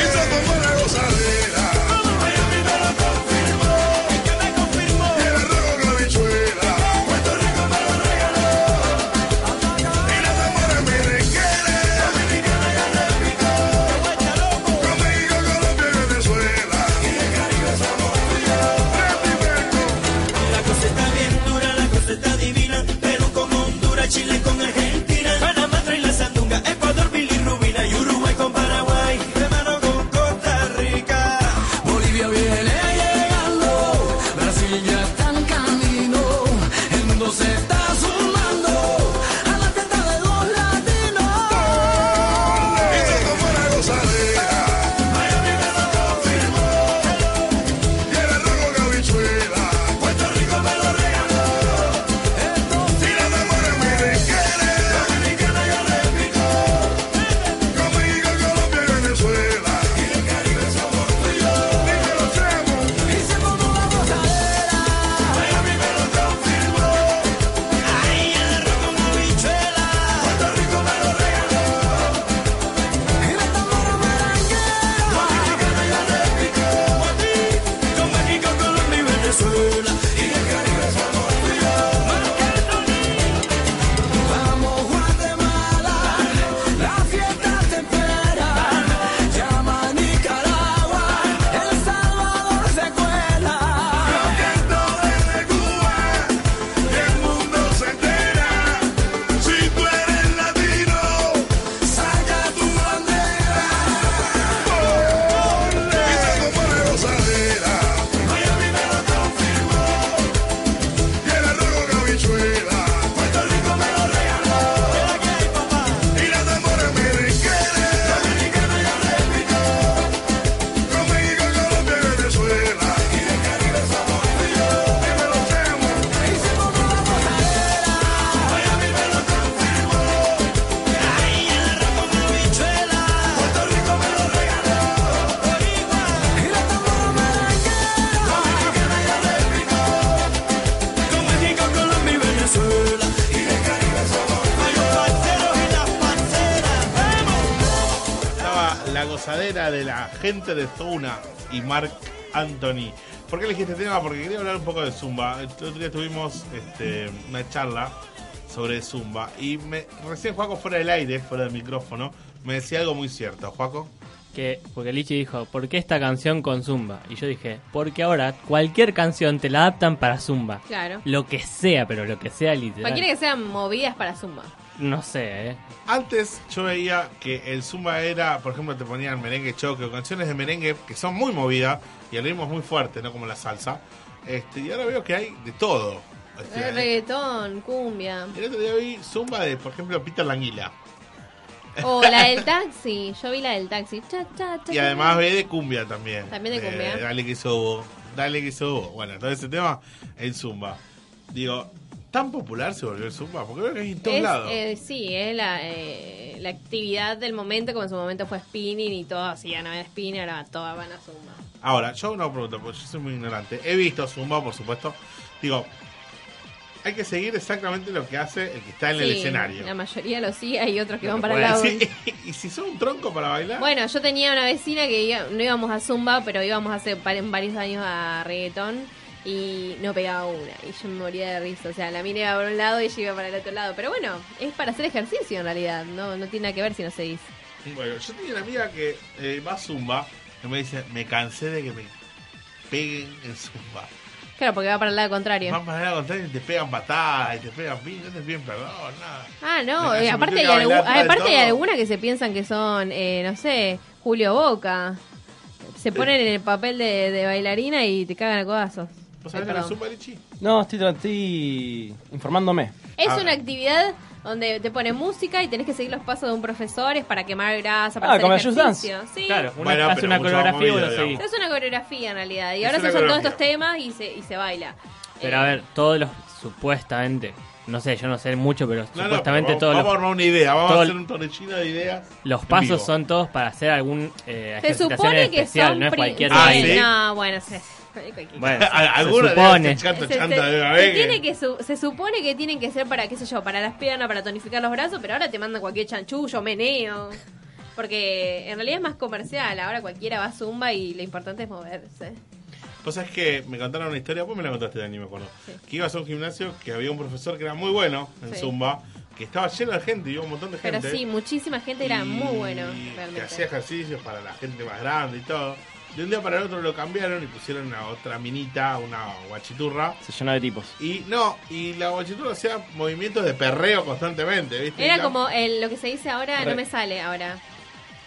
Speaker 7: Y somos buena gozadera. Miami me lo confirmó. ¿Y qué me confirmó? Y el arroz con la bichuela. Puerto Rico me lo regaló. Y la tamara merenguera. Dominicano ya repito. Con México, Colombia y Venezuela. Y el Caribe somos tú y yo.
Speaker 4: gozadera de la gente de Zona y Mark Anthony. ¿Por qué elegí este tema? Porque quería hablar un poco de Zumba. El otro día tuvimos este, una charla sobre Zumba y me, recién Juaco fuera del aire, fuera del micrófono, me decía algo muy cierto. Juaco,
Speaker 8: que porque Lichi dijo, ¿por qué esta canción con Zumba? Y yo dije, porque ahora cualquier canción te la adaptan para Zumba.
Speaker 6: Claro.
Speaker 8: Lo que sea, pero lo que sea literal.
Speaker 6: Cualquiera que sean movidas para Zumba.
Speaker 8: No sé, eh.
Speaker 4: antes yo veía que el Zumba era, por ejemplo, te ponían merengue choque o canciones de merengue que son muy movidas y el ritmo es muy fuerte, no como la salsa. Este, y ahora veo que hay de todo. Este,
Speaker 6: Eh, Reggaetón, cumbia.
Speaker 4: El otro día vi zumba de, por ejemplo, Peter Languila.
Speaker 6: O la del taxi. Yo vi la del taxi. Cha, cha, cha,
Speaker 4: Y
Speaker 6: cha.
Speaker 4: además ve de cumbia también. Eh,
Speaker 6: También de cumbia.
Speaker 4: Dale que sobo, dale que sobo. Bueno, todo ese tema en zumba. Digo, tan popular se volvió el zumba, porque veo que hay en todos
Speaker 6: Es,
Speaker 4: lados.
Speaker 6: eh, sí, es la, eh, la actividad del momento, como en su momento fue spinning y todos hacían a ver spinning, ahora todas van a Zumba.
Speaker 4: Ahora, yo no pregunto, porque yo soy muy ignorante. He visto zumba, por supuesto. Digo, hay que seguir exactamente lo que hace el que está en el
Speaker 6: Sí,
Speaker 4: escenario.
Speaker 6: La mayoría lo hacía y otros que van para el
Speaker 4: Puede
Speaker 6: lado.
Speaker 4: decir, y si son un tronco para bailar,
Speaker 6: Bueno, yo tenía una vecina que iba- no íbamos a Zumba, pero íbamos hace par- varios años a reggaetón y no pegaba una. Y yo me moría de risa. O sea, la mina iba para un lado y ella iba para el otro lado. Pero bueno, es para hacer ejercicio en realidad. No, no tiene nada que ver si no se dice.
Speaker 4: Bueno, yo tenía una amiga que eh, va a Zumba y me dice, me cansé de que me peguen en Zumba.
Speaker 6: Claro, porque va para el lado contrario.
Speaker 4: Van para la contraria y te pegan patadas, y te pegan pin, no te piden perdón, nada.
Speaker 6: Ah, no.
Speaker 4: Me
Speaker 6: eh,
Speaker 4: cansé,
Speaker 6: aparte
Speaker 4: me
Speaker 6: hay,
Speaker 4: tengo que
Speaker 6: algu-
Speaker 4: bailar atrás de
Speaker 6: aparte hay
Speaker 4: todo.
Speaker 6: algunas que se piensan que son, eh, no sé, Julio Boca. Se ponen en el papel de, de bailarina y te cagan a codazos.
Speaker 4: ¿Vos
Speaker 6: Ay,
Speaker 4: sabés lo que es
Speaker 6: perdón.
Speaker 4: Zumba, Lichi?
Speaker 5: No, estoy, tra- estoy informándome.
Speaker 6: Es
Speaker 4: Ah.
Speaker 6: una actividad donde te ponen música y tenés que seguir los pasos de un profesor es para quemar grasa, para
Speaker 5: Ah,
Speaker 6: hacer
Speaker 5: como el
Speaker 6: ejercicio.
Speaker 5: Just
Speaker 6: Sí.
Speaker 8: Claro, una,
Speaker 4: Bueno,
Speaker 8: hace
Speaker 4: pero
Speaker 8: una
Speaker 4: mucho
Speaker 8: coreografía y
Speaker 4: más
Speaker 8: vos lo
Speaker 4: movida,
Speaker 8: seguís.
Speaker 6: Es una coreografía en realidad. Y
Speaker 4: Es
Speaker 6: ahora se
Speaker 4: una
Speaker 6: usan todos
Speaker 4: coreografía.
Speaker 6: estos temas y se, y se baila.
Speaker 8: Pero
Speaker 6: Eh,
Speaker 8: a ver, todos los supuestamente, no sé, yo no sé mucho, pero
Speaker 4: No, no,
Speaker 8: supuestamente
Speaker 4: pero vamos-
Speaker 8: todos
Speaker 4: Vamos a
Speaker 8: los,
Speaker 4: armar una idea, vamos
Speaker 8: todo
Speaker 4: a
Speaker 8: el-
Speaker 4: hacer un torrechino de ideas.
Speaker 8: los
Speaker 4: en vivo.
Speaker 8: pasos son todos para hacer algún eh,
Speaker 6: se
Speaker 8: ejercitación
Speaker 6: supone que
Speaker 8: especial,
Speaker 6: son
Speaker 8: no es
Speaker 6: pri-
Speaker 8: cualquier
Speaker 6: sí,
Speaker 4: Ah,
Speaker 8: baile.
Speaker 4: ¿sí?
Speaker 6: No, bueno, se, cualquier-
Speaker 8: Bueno, se- se
Speaker 4: Alguna de
Speaker 8: supone.
Speaker 4: esas chanto,
Speaker 6: Se-
Speaker 4: chanto
Speaker 6: se-
Speaker 4: de una
Speaker 6: se
Speaker 4: vez que-
Speaker 6: este, tiene que su- se supone que tienen que ser para, qué sé yo, para las piernas, para tonificar los brazos, pero ahora te mandan cualquier chanchullo, meneo. Porque en realidad es más comercial. Ahora cualquiera va a Zumba y lo importante es moverse.
Speaker 4: Vos sabés que me contaron una historia, vos me la contaste, Dani, me acuerdo.
Speaker 6: Sí.
Speaker 4: Que ibas a un gimnasio que había un profesor que era muy bueno en
Speaker 6: Sí.
Speaker 4: Zumba, que estaba lleno de gente, iba un montón de
Speaker 6: Pero
Speaker 4: gente.
Speaker 6: sí, muchísima gente era
Speaker 4: Y
Speaker 6: muy bueno,
Speaker 4: Que hacía
Speaker 6: realmente.
Speaker 4: ejercicios para la gente más grande y todo. De un día para el otro lo cambiaron y pusieron a otra minita, una guachiturra.
Speaker 5: Se llenó de tipos.
Speaker 4: Y no, y la guachiturra hacía movimientos de perreo constantemente, ¿viste? Y
Speaker 6: Era
Speaker 4: la-
Speaker 6: como el- lo que se dice ahora,
Speaker 4: Re-
Speaker 6: no me sale ahora.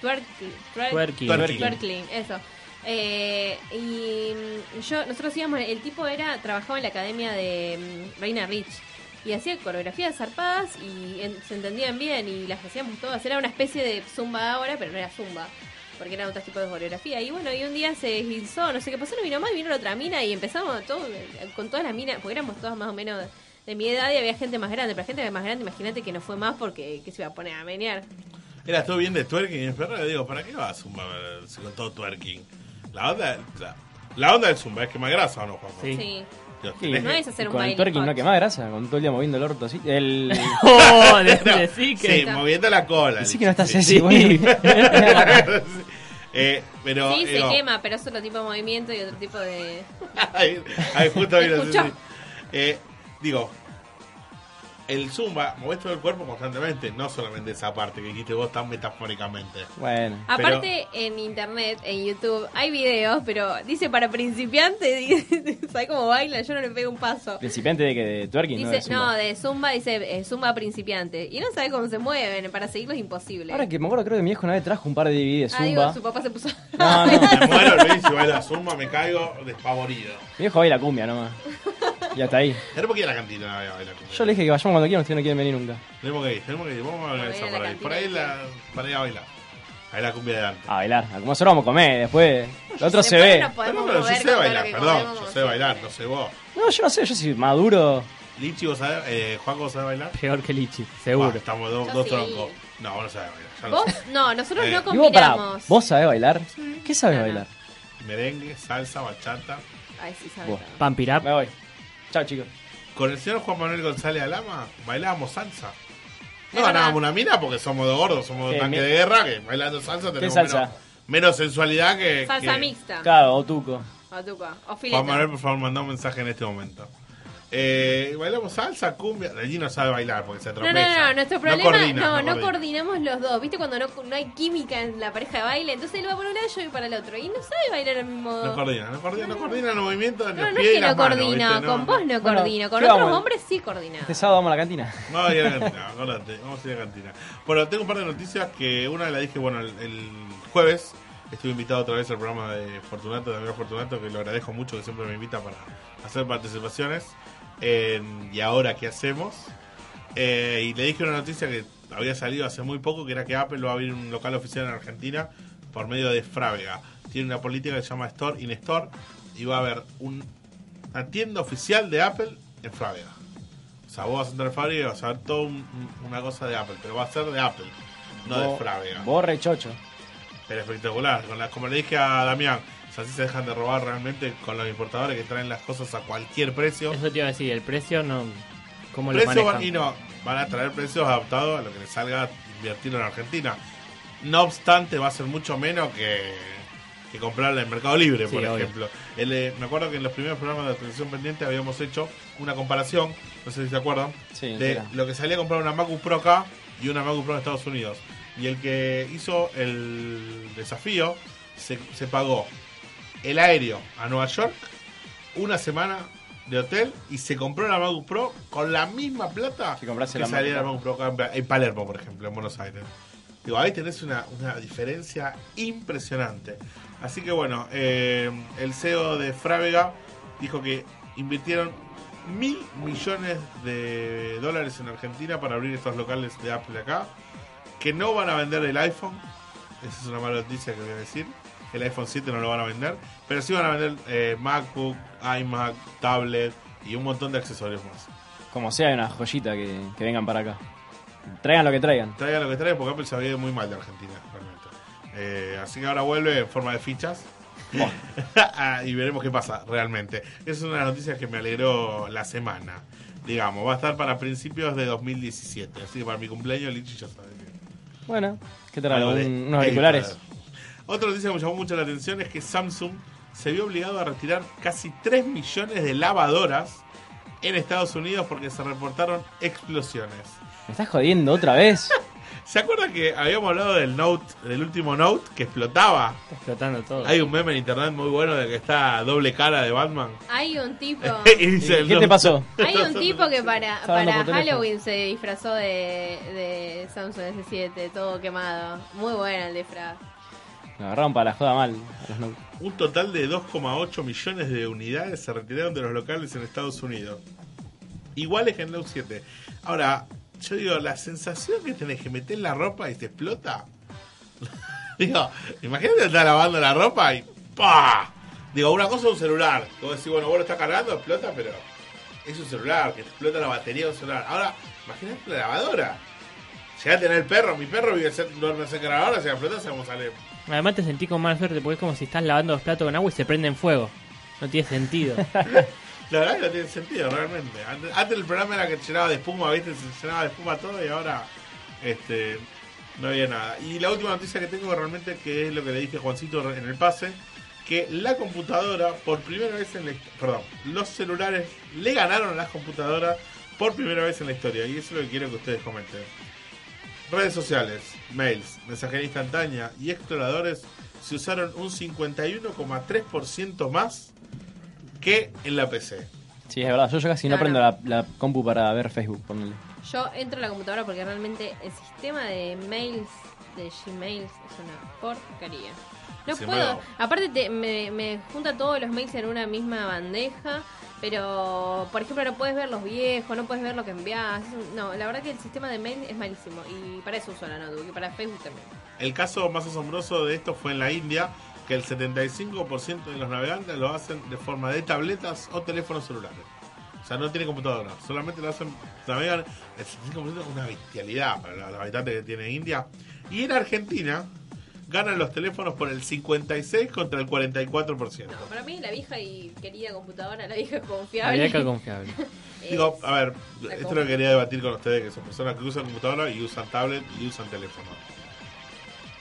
Speaker 6: Twerking. twer-
Speaker 8: Twerking.
Speaker 4: Twerking.
Speaker 6: twerking, eso. Eh, y mm, yo, nosotros íbamos, el tipo era, trabajaba en la academia de mm, Reina Rich y hacía coreografías zarpadas y en- se entendían bien y las hacíamos todas. Era una especie de zumba ahora, pero no era zumba. Porque eran otro tipo de coreografía. Y bueno, y un día se deslizó, no sé qué pasó, no vino más, vino la otra mina y empezamos todo, con todas las minas, porque éramos todas más o menos de mi edad y había gente más grande. Pero gente más grande, imagínate que no fue más porque que se iba a poner a menear.
Speaker 4: Era todo bien de twerking y de perreo. Digo, ¿para qué va a Zumba si con todo twerking? La onda, la, la onda del Zumba es que más grasa o no, Juanjo?
Speaker 8: Sí.
Speaker 6: Sí.
Speaker 4: Digo,
Speaker 5: Sí.
Speaker 4: tenés
Speaker 6: No
Speaker 4: que-
Speaker 6: es hacer
Speaker 5: Y
Speaker 6: un
Speaker 5: con el
Speaker 6: baile
Speaker 5: twerking
Speaker 6: hot.
Speaker 5: no quema grasa, con todo el día moviendo el orto así. El...
Speaker 8: Oh, de-
Speaker 4: No,
Speaker 8: decí que-
Speaker 4: sí, moviendo la cola.
Speaker 5: Así
Speaker 4: Lichi,
Speaker 5: que no estás
Speaker 4: sí.
Speaker 5: así, boludo.
Speaker 4: Eh, pero,
Speaker 6: sí, se
Speaker 4: digo,
Speaker 6: quema, pero es otro tipo de movimiento y otro tipo de...
Speaker 4: Ahí, ahí justo vino, sí,
Speaker 6: Escuchó.
Speaker 4: sí. Eh, digo, el zumba, mueves todo el cuerpo constantemente, no solamente esa parte que dijiste vos tan metafóricamente.
Speaker 5: Bueno.
Speaker 6: Aparte, en internet, en YouTube, hay videos, pero dice para principiantes, ¿sabes cómo baila? Yo no le pego un paso.
Speaker 5: Principiante de que de twerking,
Speaker 6: Dice,
Speaker 5: ¿no?
Speaker 6: no,
Speaker 5: de...
Speaker 6: de Zumba dice eh, Zumba principiante. Y no sabe cómo se mueven, para seguirlo es
Speaker 5: zumba.
Speaker 6: imposible.
Speaker 5: Ahora que me acuerdo, creo que mi viejo una vez trajo un par de DVDs
Speaker 6: ah,
Speaker 5: Zumba.
Speaker 6: digo, su papá se puso.
Speaker 5: No, no.
Speaker 4: Me muero, Luis, si bailo zumba me caigo despavorido.
Speaker 5: mi viejo baila cumbia nomás. Y hasta ahí.
Speaker 4: Era porque la cantina no había bailado cumbia.
Speaker 5: Yo le dije que vayamos cuando quieran, ustedes no quieren venir nunca.
Speaker 4: Tenemos que ir, tenemos que ir, vamos a organizar
Speaker 6: ir a la
Speaker 4: para ir. Por ahí,
Speaker 6: cantina.
Speaker 4: la, para ir a bailar. Ahí la cumbia de Dante.
Speaker 5: A bailar. Como nosotros vamos a comer, después. Lo otro se
Speaker 6: Después
Speaker 5: ve.
Speaker 6: nos podemos
Speaker 4: No, pero yo
Speaker 6: mover
Speaker 4: sé
Speaker 6: con todo
Speaker 4: bailar,
Speaker 6: lo que
Speaker 4: perdón,
Speaker 6: comemos,
Speaker 4: yo sé
Speaker 6: siempre.
Speaker 4: bailar, no sé vos.
Speaker 5: No, yo no sé, yo soy maduro.
Speaker 4: Lichi, vos sabés, eh, Juaco, ¿vos sabés bailar?
Speaker 8: Peor que Lichi,
Speaker 4: Bah,
Speaker 8: seguro.
Speaker 4: estamos dos,
Speaker 6: Yo
Speaker 4: dos
Speaker 6: sí.
Speaker 4: troncos. No, vos no sabés bailar. ya lo
Speaker 6: Vos,
Speaker 4: sé.
Speaker 6: no, nosotros
Speaker 4: Eh.
Speaker 6: no
Speaker 5: ¿Y vos para
Speaker 6: combinamos.
Speaker 5: vos sabés bailar? ¿Qué sabés
Speaker 6: Ah, no.
Speaker 5: bailar?
Speaker 4: Merengue, salsa, bachata.
Speaker 6: Ay, sí, sabe
Speaker 5: Vos.
Speaker 6: todo.
Speaker 8: Pampirap.
Speaker 5: Me voy. Chao, chicos.
Speaker 4: Con el señor Juan Manuel González Alama bailábamos salsa.
Speaker 6: Es
Speaker 4: No ganábamos
Speaker 6: verdad.
Speaker 4: una mina porque somos dos gordos, somos dos
Speaker 5: Eh,
Speaker 4: tanques
Speaker 5: mi-
Speaker 4: de guerra que bailando salsa tenemos
Speaker 5: salsa?
Speaker 4: menos, menos sensualidad que.
Speaker 6: Salsa
Speaker 4: que-
Speaker 6: mixta.
Speaker 5: Claro, o tuco.
Speaker 6: O tuco. O fileta.
Speaker 4: Juan Manuel, por favor, manda un mensaje en este momento. Eh, bailamos salsa, cumbia. Allí no sabe bailar porque se
Speaker 6: No, no,
Speaker 4: atropella.
Speaker 6: no, no, nuestro problema, no,
Speaker 4: coordina,
Speaker 6: no,
Speaker 4: coordina.
Speaker 6: coordinamos los dos, ¿viste? Cuando no, no hay química en la pareja de baile, entonces él va por un lado y yo voy para el otro, y no sabe bailar al mismo
Speaker 4: No
Speaker 6: modo.
Speaker 4: coordina, no coordina, no coordina los movimientos de los
Speaker 6: No, no
Speaker 4: pies
Speaker 6: es
Speaker 4: y
Speaker 6: que
Speaker 4: las
Speaker 6: no
Speaker 4: manos,
Speaker 6: coordino,
Speaker 4: ¿viste?
Speaker 6: con vos no
Speaker 5: Bueno,
Speaker 6: coordino, con
Speaker 5: ¿qué
Speaker 6: otros
Speaker 5: vamos a-
Speaker 6: hombres sí coordinaba.
Speaker 5: Este sábado vamos a la cantina.
Speaker 4: No, ir a la cantina, acordate, vamos a ir a la cantina. Bueno, tengo un par de noticias que una la dije, bueno, el, el jueves estuve invitado otra vez al programa de Fortunato, de Amigo Fortunato, que lo agradezco mucho, que siempre me invita para hacer participaciones. en y ahora, ¿qué hacemos? Eh, y le dije una noticia que había salido hace muy poco, que era que Apple va a abrir un local oficial en Argentina por medio de Frávega. Tiene una política que se llama Store in Store y va a haber un- una tienda oficial de Apple en Frávega. O sea, vos vas a entrar a Frávega y vas a ver toda una cosa de Apple, pero va a ser de Apple, no de
Speaker 5: Bo-
Speaker 4: Frávega.
Speaker 5: Borre chocho.
Speaker 4: Pero espectacular. Con la- como le dije a Damián, o sea, así se dejan de robar realmente con los importadores que traen las cosas a cualquier precio.
Speaker 8: Eso te iba a decir, el precio no. ¿Cómo lo
Speaker 4: Precio
Speaker 8: manejan?
Speaker 4: van, y no, van a traer precios adaptados a lo que les salga invertirlo en Argentina. No obstante, va a ser mucho menos que, que comprarla en Mercado Libre,
Speaker 8: Sí,
Speaker 4: por
Speaker 8: obvio.
Speaker 4: ejemplo. El, eh, me acuerdo que en los primeros programas de televisión pendiente habíamos hecho una comparación, no sé si se acuerdan,
Speaker 5: Sí,
Speaker 4: de
Speaker 5: era.
Speaker 4: lo que salía a comprar una Macu Pro acá y una Macu Pro en Estados Unidos. Y el que hizo el desafío se, se pagó el aéreo a Nueva York, una semana de hotel y se compró la Magu Pro con la misma plata
Speaker 5: Si comprase
Speaker 4: que
Speaker 5: la
Speaker 4: salía la Magu
Speaker 5: Magu
Speaker 4: Pro acá en, Pa- en Palermo, por ejemplo, en Buenos Aires. Digo, ahí tenés una, una diferencia impresionante. Así que bueno, eh, el CEO de Frávega dijo que invirtieron mil millones de dólares en Argentina para abrir estos locales de Apple acá, que no van a vender el iPhone, esa es una mala noticia que voy a decir. El iPhone 7 no lo van a vender. Pero sí van a vender eh, MacBook, iMac, tablet y un montón de accesorios más.
Speaker 5: Como sea, hay una joyita que, que vengan para acá. Traigan lo que traigan.
Speaker 4: Traiga lo que traiga porque Apple se había ido muy mal de Argentina, realmente. Eh, así que ahora vuelve en forma de fichas. Ah, y veremos qué pasa realmente. Es una de las noticias que me alegró la semana. Digamos, va a estar para principios de 2017. Así que para mi cumpleaños, Lichi ya sabe que-
Speaker 5: Bueno, ¿qué traen?
Speaker 4: Algo de-
Speaker 5: Un- unos auriculares.
Speaker 4: editar. Otra noticia que me llamó mucho la atención es que Samsung se vio obligado a retirar casi 3 millones de lavadoras en Estados Unidos porque se reportaron explosiones.
Speaker 5: ¿Me estás jodiendo otra vez?
Speaker 4: ¿Se acuerdan que habíamos hablado del Note, del último Note que explotaba?
Speaker 8: Está explotando
Speaker 5: Oh.
Speaker 8: todo.
Speaker 4: Hay un meme en internet muy bueno de que está doble cara de Batman.
Speaker 6: Hay un tipo,
Speaker 4: Y dice el
Speaker 5: ¿Qué te
Speaker 4: Note-
Speaker 5: pasó?
Speaker 6: hay un tipo que para,
Speaker 5: Estaba hablando
Speaker 6: para
Speaker 5: por teléfono.
Speaker 6: Halloween se disfrazó de, de Samsung S7, todo quemado. Muy bueno el disfraz.
Speaker 5: Me agarraron para la joda mal. a los no-
Speaker 4: Un total de 2,8 millones de unidades se retiraron de los locales en Estados Unidos. Iguales que en Note 7. Ahora, yo digo, la sensación que tenés que meter la ropa y te explota. digo, imagínate estar lavando la ropa y ¡pa! Digo, una cosa es un celular. Vos decís, bueno, vos lo estás cargando, explota, pero es un celular, que te explota la batería de un celular. Ahora, imagínate la lavadora. Llegá a tener el perro, mi perro vive cer- duerme cerca de la lavadora, se explota, se cómo sale.
Speaker 8: Además te sentí con mala suerte porque es como si estás lavando los platos con agua y se prenden fuego. No tiene sentido.
Speaker 4: La verdad que no tiene sentido, realmente. Antes, antes el programa era que llenaba de espuma, ¿viste? Se llenaba de espuma todo y ahora este, no había nada. Y la última noticia que tengo realmente, que es lo que le dije a Juancito en el pase, que la computadora, por primera vez en la hist- perdón, los celulares le ganaron a las computadoras por primera vez en la historia. Y eso es lo que quiero que ustedes comenten. Redes sociales, mails, mensajería instantánea y exploradores se usaron un 51,3% más que en la PC.
Speaker 5: Sí, es verdad. Yo, yo casi no,
Speaker 6: No,
Speaker 5: prendo
Speaker 6: no.
Speaker 5: La, la compu para ver Facebook, ponele.
Speaker 6: Yo entro a la computadora porque realmente el sistema de mails, de Gmail, es una porquería. No
Speaker 4: Sí,
Speaker 6: puedo.
Speaker 4: bueno.
Speaker 6: Aparte, te- me, me junta todos los mails en una misma bandeja. Pero, por ejemplo, no puedes ver los viejos, no puedes ver lo que envías. Es un- No, la verdad que el sistema de mail es malísimo. Y para eso uso la notebook y para Facebook también.
Speaker 4: El caso más asombroso de esto fue en la India, que el 75% de los navegantes lo hacen de forma de tabletas o teléfonos celulares. O sea, no tiene computadora, solamente lo hacen, navegan. El 75% es una bestialidad para los los habitantes que tiene India. Y en Argentina ganan los teléfonos por el 56 contra el 44%.
Speaker 6: No, para mí la vieja y querida computadora, la vieja confiable.
Speaker 8: Habría confiable.
Speaker 6: es-
Speaker 4: Digo, a ver,
Speaker 6: la
Speaker 4: esto
Speaker 6: compu.
Speaker 4: lo quería debatir con ustedes, que son personas que usan computadora y usan tablet y usan teléfono.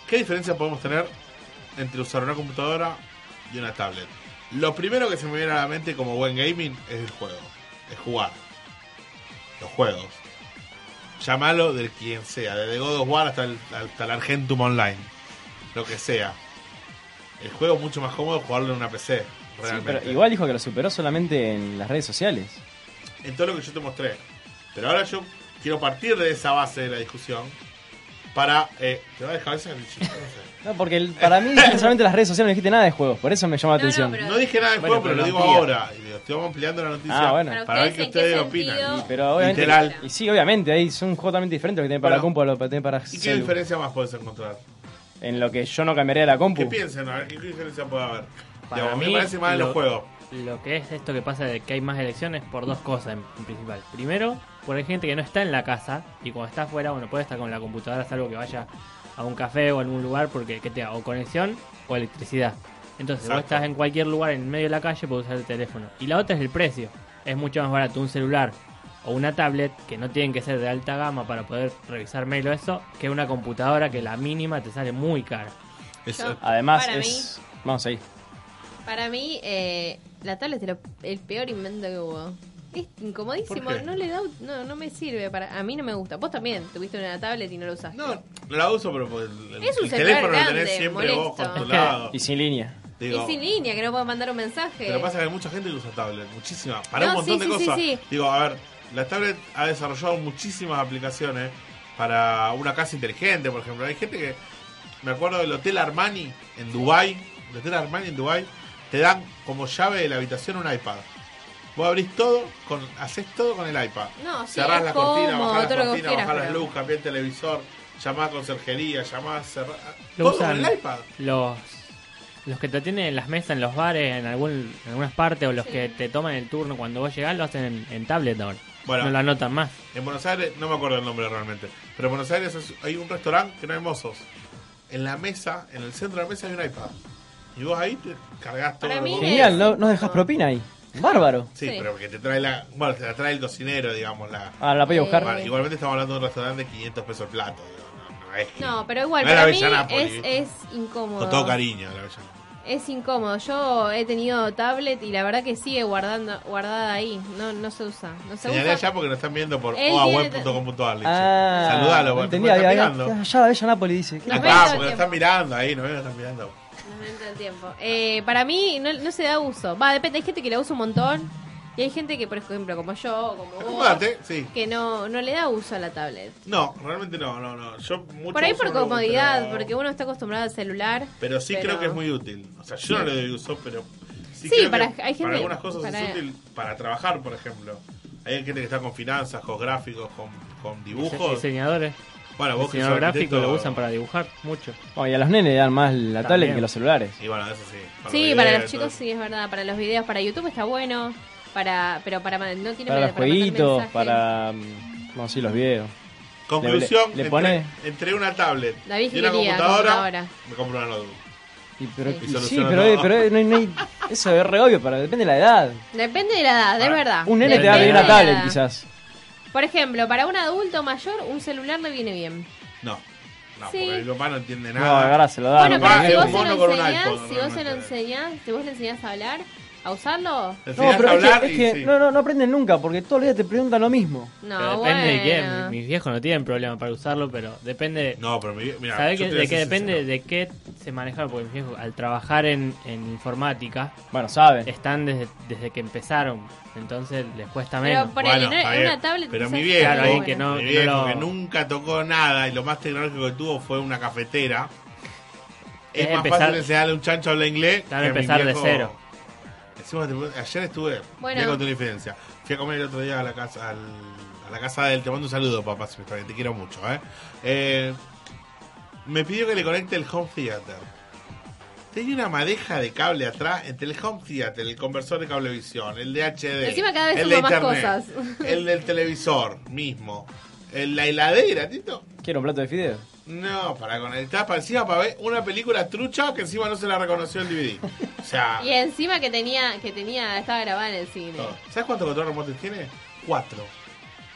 Speaker 4: ¿Qué diferencia podemos tener entre usar una computadora y una tablet. Lo primero que se me viene a la mente como buen gaming es el juego, es jugar. Los juegos. Llámalo del quien sea, desde God of War hasta el, hasta el Argentum Online, lo que sea. El juego es mucho más cómodo jugarlo en una PC,
Speaker 5: Sí,
Speaker 4: realmente.
Speaker 5: pero igual dijo que lo superó solamente en las redes sociales.
Speaker 4: en todo lo que yo te mostré. Pero ahora yo quiero partir de esa base de la discusión para... eh, ¿Te va a dejar esa el chico? No sé.
Speaker 5: No, porque el- para mí dijiste solamente las redes sociales, no dijiste nada de juegos, por eso me llamó la
Speaker 6: No, no,
Speaker 5: atención.
Speaker 6: pero-
Speaker 4: No dije nada del
Speaker 5: Bueno,
Speaker 4: juego, pero,
Speaker 5: pero
Speaker 4: lo
Speaker 5: lo
Speaker 4: digo
Speaker 5: amplía.
Speaker 4: ahora. Y digo, Estamos ampliando la noticia
Speaker 5: Ah, bueno.
Speaker 4: para,
Speaker 6: Para
Speaker 4: ver qué
Speaker 6: ustedes, ¿en
Speaker 4: ustedes
Speaker 6: qué
Speaker 4: opinan.
Speaker 6: sentido?
Speaker 5: Pero obviamente.
Speaker 4: Literal.
Speaker 5: Y sí, obviamente, ahí es un juego totalmente diferente lo que tiene para
Speaker 4: Bueno.
Speaker 5: la compu a lo que tiene para
Speaker 4: ¿Y qué
Speaker 5: celu.
Speaker 4: diferencia más puedes encontrar?
Speaker 5: Uh. En lo que yo no cambiaría de la
Speaker 4: ¿Qué
Speaker 5: compu.
Speaker 4: piensan? A ver, ¿qué diferencia puede haber?
Speaker 8: Para
Speaker 4: Digamos, me
Speaker 8: mí,
Speaker 4: parece más en
Speaker 8: lo-
Speaker 4: los juegos.
Speaker 8: Lo que es esto que pasa de que hay más elecciones por dos cosas en, en principal. Primero, porque hay gente que no está en la casa y cuando está afuera, bueno, puede estar con la computadora salvo que vaya a un café o a algún lugar porque que tenga o conexión o electricidad. Entonces, vos
Speaker 4: Exacto.
Speaker 8: estás en cualquier lugar en medio de la calle puedes usar el teléfono. Y la otra es el precio. Es mucho más barato un celular o una tablet que no tienen que ser de alta gama para poder revisar mail o eso que una computadora que la mínima te sale muy cara.
Speaker 4: Eso.
Speaker 5: Además,
Speaker 6: Para
Speaker 5: es. Vamos ahí.
Speaker 6: Para mí, eh, la tablet es lo- el peor invento que hubo. Es incomodísimo,
Speaker 4: ¿Por qué?
Speaker 6: no le da, no, no me sirve para, a mí no me gusta. Vos también tuviste una tablet y no la usaste.
Speaker 4: No, la uso, pero pues, el,
Speaker 6: Es un
Speaker 4: el
Speaker 6: celular
Speaker 4: teléfono lo
Speaker 6: grande,
Speaker 4: tenés siempre vos
Speaker 6: molesto.
Speaker 4: con tu lado.
Speaker 5: Y sin línea.
Speaker 4: Digo,
Speaker 6: y sin línea, que no puedo mandar un mensaje.
Speaker 4: Pero pasa que hay mucha gente que usa tablet, muchísima, para
Speaker 6: No,
Speaker 4: un montón
Speaker 6: sí,
Speaker 4: de
Speaker 6: sí, sí,
Speaker 4: cosas.
Speaker 6: sí.
Speaker 4: Digo, a ver, la tablet ha desarrollado muchísimas aplicaciones para una casa inteligente, por ejemplo. Hay gente que, me acuerdo del Hotel Armani en Dubai, el Hotel Armani en Dubai, te dan como llave de la habitación un iPad. Vos abrís todo, con, haces todo con el iPad.
Speaker 6: No, sí,
Speaker 4: Cerrás
Speaker 6: es
Speaker 4: la cortina,
Speaker 6: cómodo,
Speaker 4: bajás la
Speaker 6: todo lo que
Speaker 4: cortina,
Speaker 6: quieras,
Speaker 4: bajás las
Speaker 6: pero-
Speaker 4: luces, cambiás el televisor, llamás a conserjería, llamás, cerrás...
Speaker 8: Lo
Speaker 4: Todo con
Speaker 8: usan
Speaker 4: el iPad.
Speaker 8: los los que te atienden en las mesas, en los bares, en, algún, en algunas partes, o los que te toman el turno cuando vos llegás, lo hacen en, en tablet ahora.
Speaker 4: Bueno.
Speaker 8: no lo anotan más.
Speaker 4: En Buenos Aires, no me acuerdo el nombre realmente, pero en Buenos Aires es- hay un restaurante que no hay mozos. En la mesa, en el centro de la mesa hay un iPad. Y vos ahí te cargas todo.
Speaker 6: Para
Speaker 4: lo que
Speaker 6: mí
Speaker 4: vos-
Speaker 6: es-
Speaker 5: Genial, no, no dejas propina ahí. Bárbaro.
Speaker 4: Sí,
Speaker 6: Sí.
Speaker 4: pero que te trae la. Bueno, te la trae el cocinero, digamos. la
Speaker 5: Ah,
Speaker 6: Eh,
Speaker 5: la voy a buscar.
Speaker 4: Bueno, Igualmente estamos hablando de un restaurante de 500 pesos el plato. digo, no, no es que-
Speaker 6: No, pero igual,
Speaker 4: No era
Speaker 6: para mí
Speaker 4: Avellanapoli,
Speaker 6: es,
Speaker 4: ¿viste?
Speaker 6: es incómodo.
Speaker 4: Con todo cariño, la Avellanapoli.
Speaker 6: Es incómodo. Yo he tenido tablet y la verdad que sigue guardando, guardada ahí. No, no se usa. No se
Speaker 4: Señalé
Speaker 6: usa.
Speaker 4: allá porque nos están viendo por
Speaker 6: Él
Speaker 4: oaweb.com.ar. Lichi.
Speaker 5: Ah,
Speaker 4: Saludalo,
Speaker 5: no
Speaker 4: porque
Speaker 5: entendí,
Speaker 4: nos están
Speaker 5: había-
Speaker 4: mirando.
Speaker 5: Ya, ya, ella Napoli dice. ¿qué
Speaker 6: La
Speaker 5: le
Speaker 6: ve
Speaker 5: pasa?
Speaker 4: Ah,
Speaker 6: todo el
Speaker 4: porque nos
Speaker 6: tiempo.
Speaker 4: están mirando ahí, nos ven, nos están mirando.
Speaker 6: No me entra el tiempo. Eh, para mí no, no se da uso. Va, depende. Hay gente que la usa un montón y hay gente que, por ejemplo, como yo o como vos,
Speaker 4: Acomodate, sí.
Speaker 6: que no, no le da uso a la tablet.
Speaker 4: No, realmente no, no, no. Yo mucho
Speaker 6: por ahí
Speaker 4: uso
Speaker 6: por
Speaker 4: no lo uso,
Speaker 6: comodidad,
Speaker 4: pero-
Speaker 6: porque uno está acostumbrado al celular.
Speaker 4: Pero sí
Speaker 6: pero-
Speaker 4: creo que es muy útil. O sea, yo no le doy uso, pero sí,
Speaker 6: Sí,
Speaker 4: creo que
Speaker 6: para- hay gente-
Speaker 4: para algunas cosas
Speaker 6: para-
Speaker 4: es útil para trabajar, por ejemplo. Hay gente que está con finanzas, con gráficos, con, con
Speaker 8: Dise-
Speaker 4: dibujos.
Speaker 8: Diseñadores,
Speaker 4: Bueno, vos que
Speaker 8: diseñador
Speaker 4: sos
Speaker 8: gráfico
Speaker 4: arquitecto-
Speaker 8: lo usan para dibujar mucho.
Speaker 5: Bueno, y a los nenes le dan más la
Speaker 8: También.
Speaker 5: tablet que los celulares.
Speaker 4: Y bueno, eso sí.
Speaker 6: Sí,
Speaker 4: videos,
Speaker 6: para los
Speaker 4: todo
Speaker 6: chicos
Speaker 4: eso.
Speaker 6: sí es verdad. Para los videos, para YouTube está bueno. Para, pero para no tiene
Speaker 5: Para los
Speaker 6: mandar
Speaker 5: jueguitos,
Speaker 6: mensajes.
Speaker 5: para. mm, No, sí, los videos.
Speaker 4: Conclusión,
Speaker 5: le- le
Speaker 4: entre-
Speaker 5: pone-
Speaker 4: entre una tablet
Speaker 6: David
Speaker 4: y una
Speaker 6: quería
Speaker 4: computadora,
Speaker 6: computadora.
Speaker 4: me compro una notebook.
Speaker 5: Y, pero,
Speaker 4: Y
Speaker 5: y sí,
Speaker 4: soluciona
Speaker 5: pero, eh,
Speaker 4: todo.
Speaker 5: pero no hay- no hay- eso es re obvio, para, depende de la edad.
Speaker 6: Depende de la edad, es
Speaker 4: Para-
Speaker 6: verdad.
Speaker 5: Un nene te
Speaker 6: Depende
Speaker 5: va a pedir
Speaker 6: de
Speaker 5: una
Speaker 6: la
Speaker 5: tablet,
Speaker 6: edad.
Speaker 5: quizás.
Speaker 6: Por ejemplo, para un adulto mayor, un celular le viene bien.
Speaker 4: No, no,
Speaker 6: Sí.
Speaker 4: porque el papá no entiende
Speaker 5: Ah, No,
Speaker 4: nada.
Speaker 5: ahora se lo dan.
Speaker 6: Bueno,
Speaker 4: papá,
Speaker 6: pero si
Speaker 4: es
Speaker 6: vos
Speaker 4: un
Speaker 6: se
Speaker 4: mono
Speaker 6: lo
Speaker 4: con un
Speaker 6: enseñás,
Speaker 4: iPhone,
Speaker 6: si vos se lo
Speaker 4: realmente.
Speaker 6: enseñás, si vos le enseñás a hablar, a usarlo,
Speaker 4: Te
Speaker 5: No,
Speaker 4: enseñás
Speaker 5: pero
Speaker 4: a
Speaker 5: es
Speaker 4: hablar
Speaker 5: que, es
Speaker 4: y
Speaker 5: que
Speaker 4: sí.
Speaker 5: no, no, no aprenden nunca, porque todos los días te preguntan lo mismo.
Speaker 6: no,
Speaker 8: Pero
Speaker 6: bueno.
Speaker 8: depende de quién. Mis viejos no tienen problema para usarlo, pero depende.
Speaker 4: No, pero mi- mira,
Speaker 8: ¿Sabés
Speaker 4: yo
Speaker 8: que-
Speaker 4: te voy a
Speaker 8: de qué
Speaker 4: ser
Speaker 8: depende?
Speaker 4: sincero.
Speaker 8: De qué se maneja, porque mis viejos, al trabajar en, en informática,
Speaker 5: Bueno, saben.
Speaker 8: están desde, desde que empezaron. Entonces les cuesta menos.
Speaker 6: Pero ponele,
Speaker 4: Bueno,
Speaker 6: no-
Speaker 4: está
Speaker 6: en
Speaker 4: bien.
Speaker 6: una tablet
Speaker 4: Pero
Speaker 6: quizás
Speaker 4: mi viejo,
Speaker 6: está
Speaker 8: Claro, alguien
Speaker 6: bueno.
Speaker 8: que no-
Speaker 4: mi viejo
Speaker 8: lo-
Speaker 4: que nunca tocó nada y lo más tecnológico que tuvo fue una cafetera. Es,
Speaker 8: Es
Speaker 4: más
Speaker 8: Eh, empezar-
Speaker 4: fácil enseñarle a un chancho a hablar inglés.
Speaker 8: Claro,
Speaker 4: que a mi
Speaker 8: empezar de
Speaker 4: viejo.
Speaker 8: cero.
Speaker 4: Encima te- ayer estuve,
Speaker 6: Bueno.
Speaker 4: voy a contar una infidencia. Fui a comer el otro día a la casa, al- a la casa de él. Te mando un saludo, papá, si me está bien, te quiero mucho. ¿eh? Eh, me pidió que le conecte el home theater. Tenía una madeja de cable atrás entre el home theater, el conversor de cablevisión, el DHD.
Speaker 6: Encima cada vez
Speaker 4: el
Speaker 6: suma
Speaker 4: de
Speaker 6: más
Speaker 4: internet,
Speaker 6: cosas.
Speaker 4: El del televisor mismo. el- la heladera, Tito.
Speaker 5: Quiero un plato de fideos.
Speaker 4: No, para conectar, para encima para ver una película trucha que encima no se la reconoció el DVD. O sea,
Speaker 6: Y encima que tenía, que tenía, estaba grabada en el cine.
Speaker 4: todo. ¿sabes cuántos controles remotos tiene? Cuatro.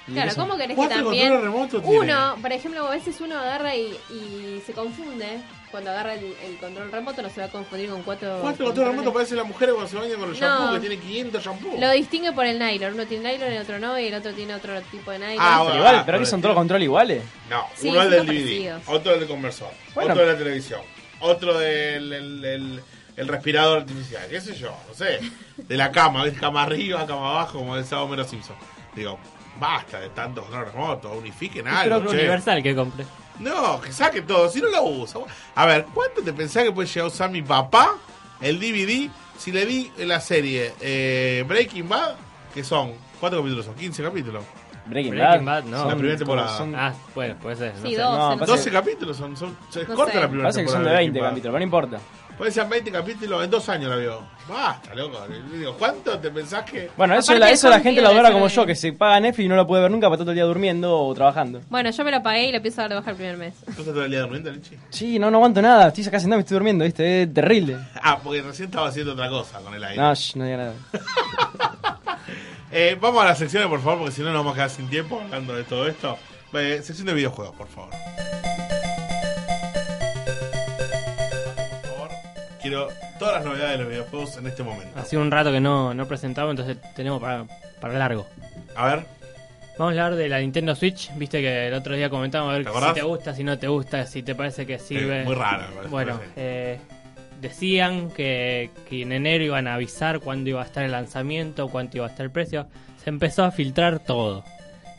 Speaker 6: Claro,
Speaker 8: eso.
Speaker 6: ¿cómo querés que
Speaker 4: ¿Cuatro
Speaker 6: también?
Speaker 4: controles remotos tiene?
Speaker 6: Uno, por ejemplo, a veces uno agarra y, y se confunde. Cuando agarra el, el control remoto no se va a confundir con cuatro.
Speaker 4: ¿Cuánto control remoto parece la mujer cuando se baña con los
Speaker 6: Oh, No.
Speaker 4: shampoos que tiene 500 shampoos?
Speaker 6: Lo distingue por el nylon. Uno tiene nylon, el otro no, y el otro tiene otro tipo de nylon.
Speaker 4: Ah,
Speaker 6: Pero-
Speaker 5: Pero
Speaker 4: bueno.
Speaker 5: igual, pero
Speaker 4: pero
Speaker 5: que son
Speaker 4: el
Speaker 5: todos
Speaker 4: tío-
Speaker 5: control iguales.
Speaker 4: No,
Speaker 6: Sí,
Speaker 4: uno es
Speaker 6: son
Speaker 4: del DVD,
Speaker 6: parecidos.
Speaker 4: otro del conversor,
Speaker 5: Bueno.
Speaker 4: otro de la televisión, otro del el, el- el respirador artificial, qué sé yo, no sé, de la cama, ¿ves? cama arriba, cama abajo, como decía Homero Simpson. Digo, basta de tantos controles remotos, unifiquen
Speaker 5: Este
Speaker 4: algo.
Speaker 8: Creo que
Speaker 4: che.
Speaker 8: universal que compré.
Speaker 4: No, que saque todo, si no lo usa. A ver, ¿cuánto te pensás que puede llegar a usar mi papá el DVD si le di la serie eh, Breaking Bad, que son, ¿cuántos capítulos son? 15 capítulos.
Speaker 5: Breaking Bad.
Speaker 8: Breaking Bad, no.
Speaker 5: son
Speaker 4: La primera temporada.
Speaker 5: como- son-
Speaker 8: Ah, bueno, puede ser. No
Speaker 6: Sí,
Speaker 8: sé.
Speaker 6: dos.
Speaker 5: No,
Speaker 6: en
Speaker 5: pasa-
Speaker 4: 12 capítulos, son, son, es
Speaker 6: No
Speaker 4: corta
Speaker 6: sé.
Speaker 4: la primera
Speaker 5: Parece que son de
Speaker 4: temporada
Speaker 5: 20
Speaker 4: Breaking Bad.
Speaker 5: capítulos, pero no importa.
Speaker 4: Puede ser 20 Pues capítulos, en dos años la vio. Basta, loco. Le digo, ¿cuánto te pensás que.?
Speaker 5: Bueno, eso,
Speaker 6: Aparte eh.
Speaker 5: la,
Speaker 6: de
Speaker 5: eso la
Speaker 6: Juan
Speaker 5: gente
Speaker 6: Piedra,
Speaker 5: lo adora
Speaker 6: eso
Speaker 5: como
Speaker 6: de-
Speaker 5: yo, que se paga Netflix y no lo puede ver nunca para todo el día durmiendo o trabajando.
Speaker 6: Bueno, yo me lo pagué y lo empiezo a dar de baja el primer mes.
Speaker 4: ¿Tú estás todo el día durmiendo, Lichi?
Speaker 5: Sí, no, no aguanto nada. Estoy acá sentado y estoy durmiendo, ¿viste? Es terrible.
Speaker 4: Ah, porque recién estaba haciendo otra cosa con el aire.
Speaker 5: No, shh, no diga nada.
Speaker 4: Eh, vamos a las secciones, por favor, porque si no nos vamos a quedar sin tiempo hablando de todo esto. Eh, sección de videojuegos, por favor. Por favor, Quiero todas las novedades de los videojuegos en este momento.
Speaker 8: Hace un rato que no, no presentaba, entonces tenemos para, para largo.
Speaker 4: A ver,
Speaker 8: Vamos a hablar de la Nintendo Switch. Viste que el otro día comentábamos a ver
Speaker 4: ¿Te
Speaker 8: si
Speaker 4: acordás?
Speaker 8: te gusta, si no te gusta, si te parece que sirve.
Speaker 4: Eh, muy raro, me parece.
Speaker 8: Bueno,
Speaker 4: Sí.
Speaker 8: eh, decían que, que en enero iban a avisar cuándo iba a estar el lanzamiento, cuánto iba a estar el precio. Se empezó a filtrar todo.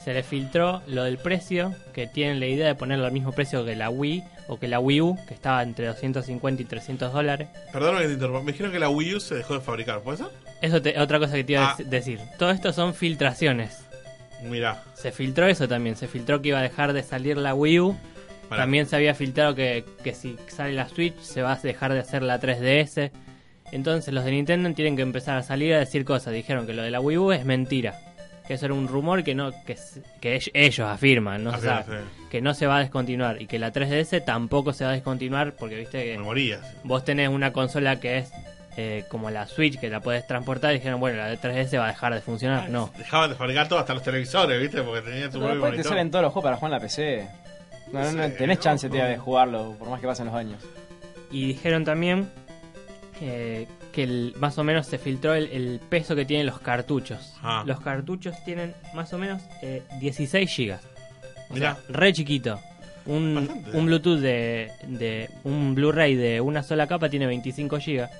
Speaker 8: Se le filtró lo del precio, que tienen la idea de ponerlo al mismo precio que la Wii o que la Wii U, que estaba entre 250 y 300 dólares.
Speaker 4: perdóname que te interrumpa. Me dijeron que la Wii U se dejó de fabricar, ¿puede ser?
Speaker 8: Eso es otra cosa que te iba a
Speaker 4: Ah.
Speaker 8: dec- decir. Todo esto son filtraciones.
Speaker 4: Mirá.
Speaker 8: Se filtró eso también, se filtró que iba a dejar de salir la Wii U.
Speaker 4: Pará.
Speaker 8: También se había filtrado que, que si sale la Switch se va a dejar de hacer la 3DS. Entonces los de Nintendo tienen que empezar a salir a decir cosas. Dijeron que lo de la Wii U es mentira. Que eso era un rumor que no que, s- que ell- ellos afirman, no se
Speaker 4: Afirman,
Speaker 8: sabe,
Speaker 4: sí.
Speaker 8: que no se va a descontinuar y que la 3DS tampoco se va a descontinuar porque viste que
Speaker 4: Me moría.
Speaker 8: vos tenés una consola que es eh, como la Switch que la podés transportar y dijeron, bueno, la de 3DS va a dejar de funcionar. No.
Speaker 4: Dejaban de fabricar todo, hasta los televisores, ¿viste? Porque tenían su
Speaker 5: Pero
Speaker 4: propio
Speaker 5: después te
Speaker 4: monitor.
Speaker 5: salen todos los juegos para jugar en la PC. No, no, no
Speaker 4: Sí,
Speaker 5: tenés
Speaker 4: no,
Speaker 5: chance tía,
Speaker 4: no.
Speaker 5: de jugarlo, por más que pasen los años.
Speaker 8: Y dijeron también eh, que el- más o menos se filtró el, el peso que tienen los cartuchos.
Speaker 4: Ah.
Speaker 8: Los cartuchos tienen más o menos eh, 16 gigas. O
Speaker 4: Mirá.
Speaker 8: sea, re chiquito. Un,
Speaker 4: Bastante. eh.
Speaker 8: un Bluetooth de, de un Blu-ray de una sola capa tiene 25 gigas.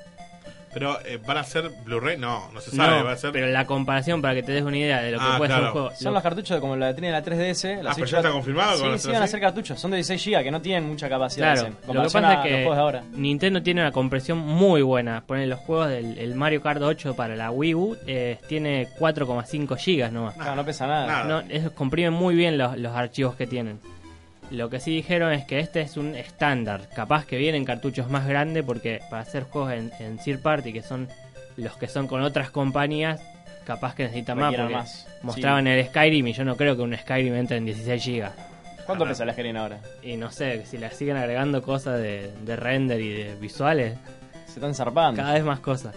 Speaker 4: Pero eh, van a ser Blu-ray, no, no se sabe,
Speaker 8: No,
Speaker 4: va a ser.
Speaker 8: Pero la comparación para que te des una idea de lo que
Speaker 4: Ah,
Speaker 8: puede ser un
Speaker 4: claro.
Speaker 8: juego.
Speaker 5: Son
Speaker 8: lo-
Speaker 5: los cartuchos de como la tiene la 3DS. La
Speaker 4: Ah, pero ya está confirmado con la
Speaker 5: Sí, sí, van a
Speaker 4: 3DS.
Speaker 5: ser cartuchos. Son de 16 GB que no tienen mucha capacidad.
Speaker 8: Claro,
Speaker 5: en
Speaker 8: lo que
Speaker 5: comparación
Speaker 8: pasa
Speaker 5: a
Speaker 8: es
Speaker 5: los
Speaker 8: que
Speaker 5: juegos de ahora.
Speaker 8: Nintendo tiene una compresión muy buena. Ponen los juegos del el Mario Kart 8 para la Wii U, eh, tiene 4,5 gigas nomás.
Speaker 5: No, no pesa nada.
Speaker 4: Nada.
Speaker 8: No, eso comprime muy bien los, los archivos que tienen. Lo que sí dijeron es que este es un estándar. Capaz que vienen cartuchos más grandes porque para hacer juegos en, en third party, que son los que son con otras compañías, capaz que necesitan más.
Speaker 5: Requieren
Speaker 8: Porque
Speaker 5: más.
Speaker 8: mostraban el Skyrim y yo no creo que un Skyrim entre en 16 gigas.
Speaker 5: ¿Cuánto pesa la Skyrim ahora?
Speaker 8: Y no sé, si le siguen agregando cosas de, de render y de visuales,
Speaker 5: Se están zarpando.
Speaker 8: cada vez más cosas.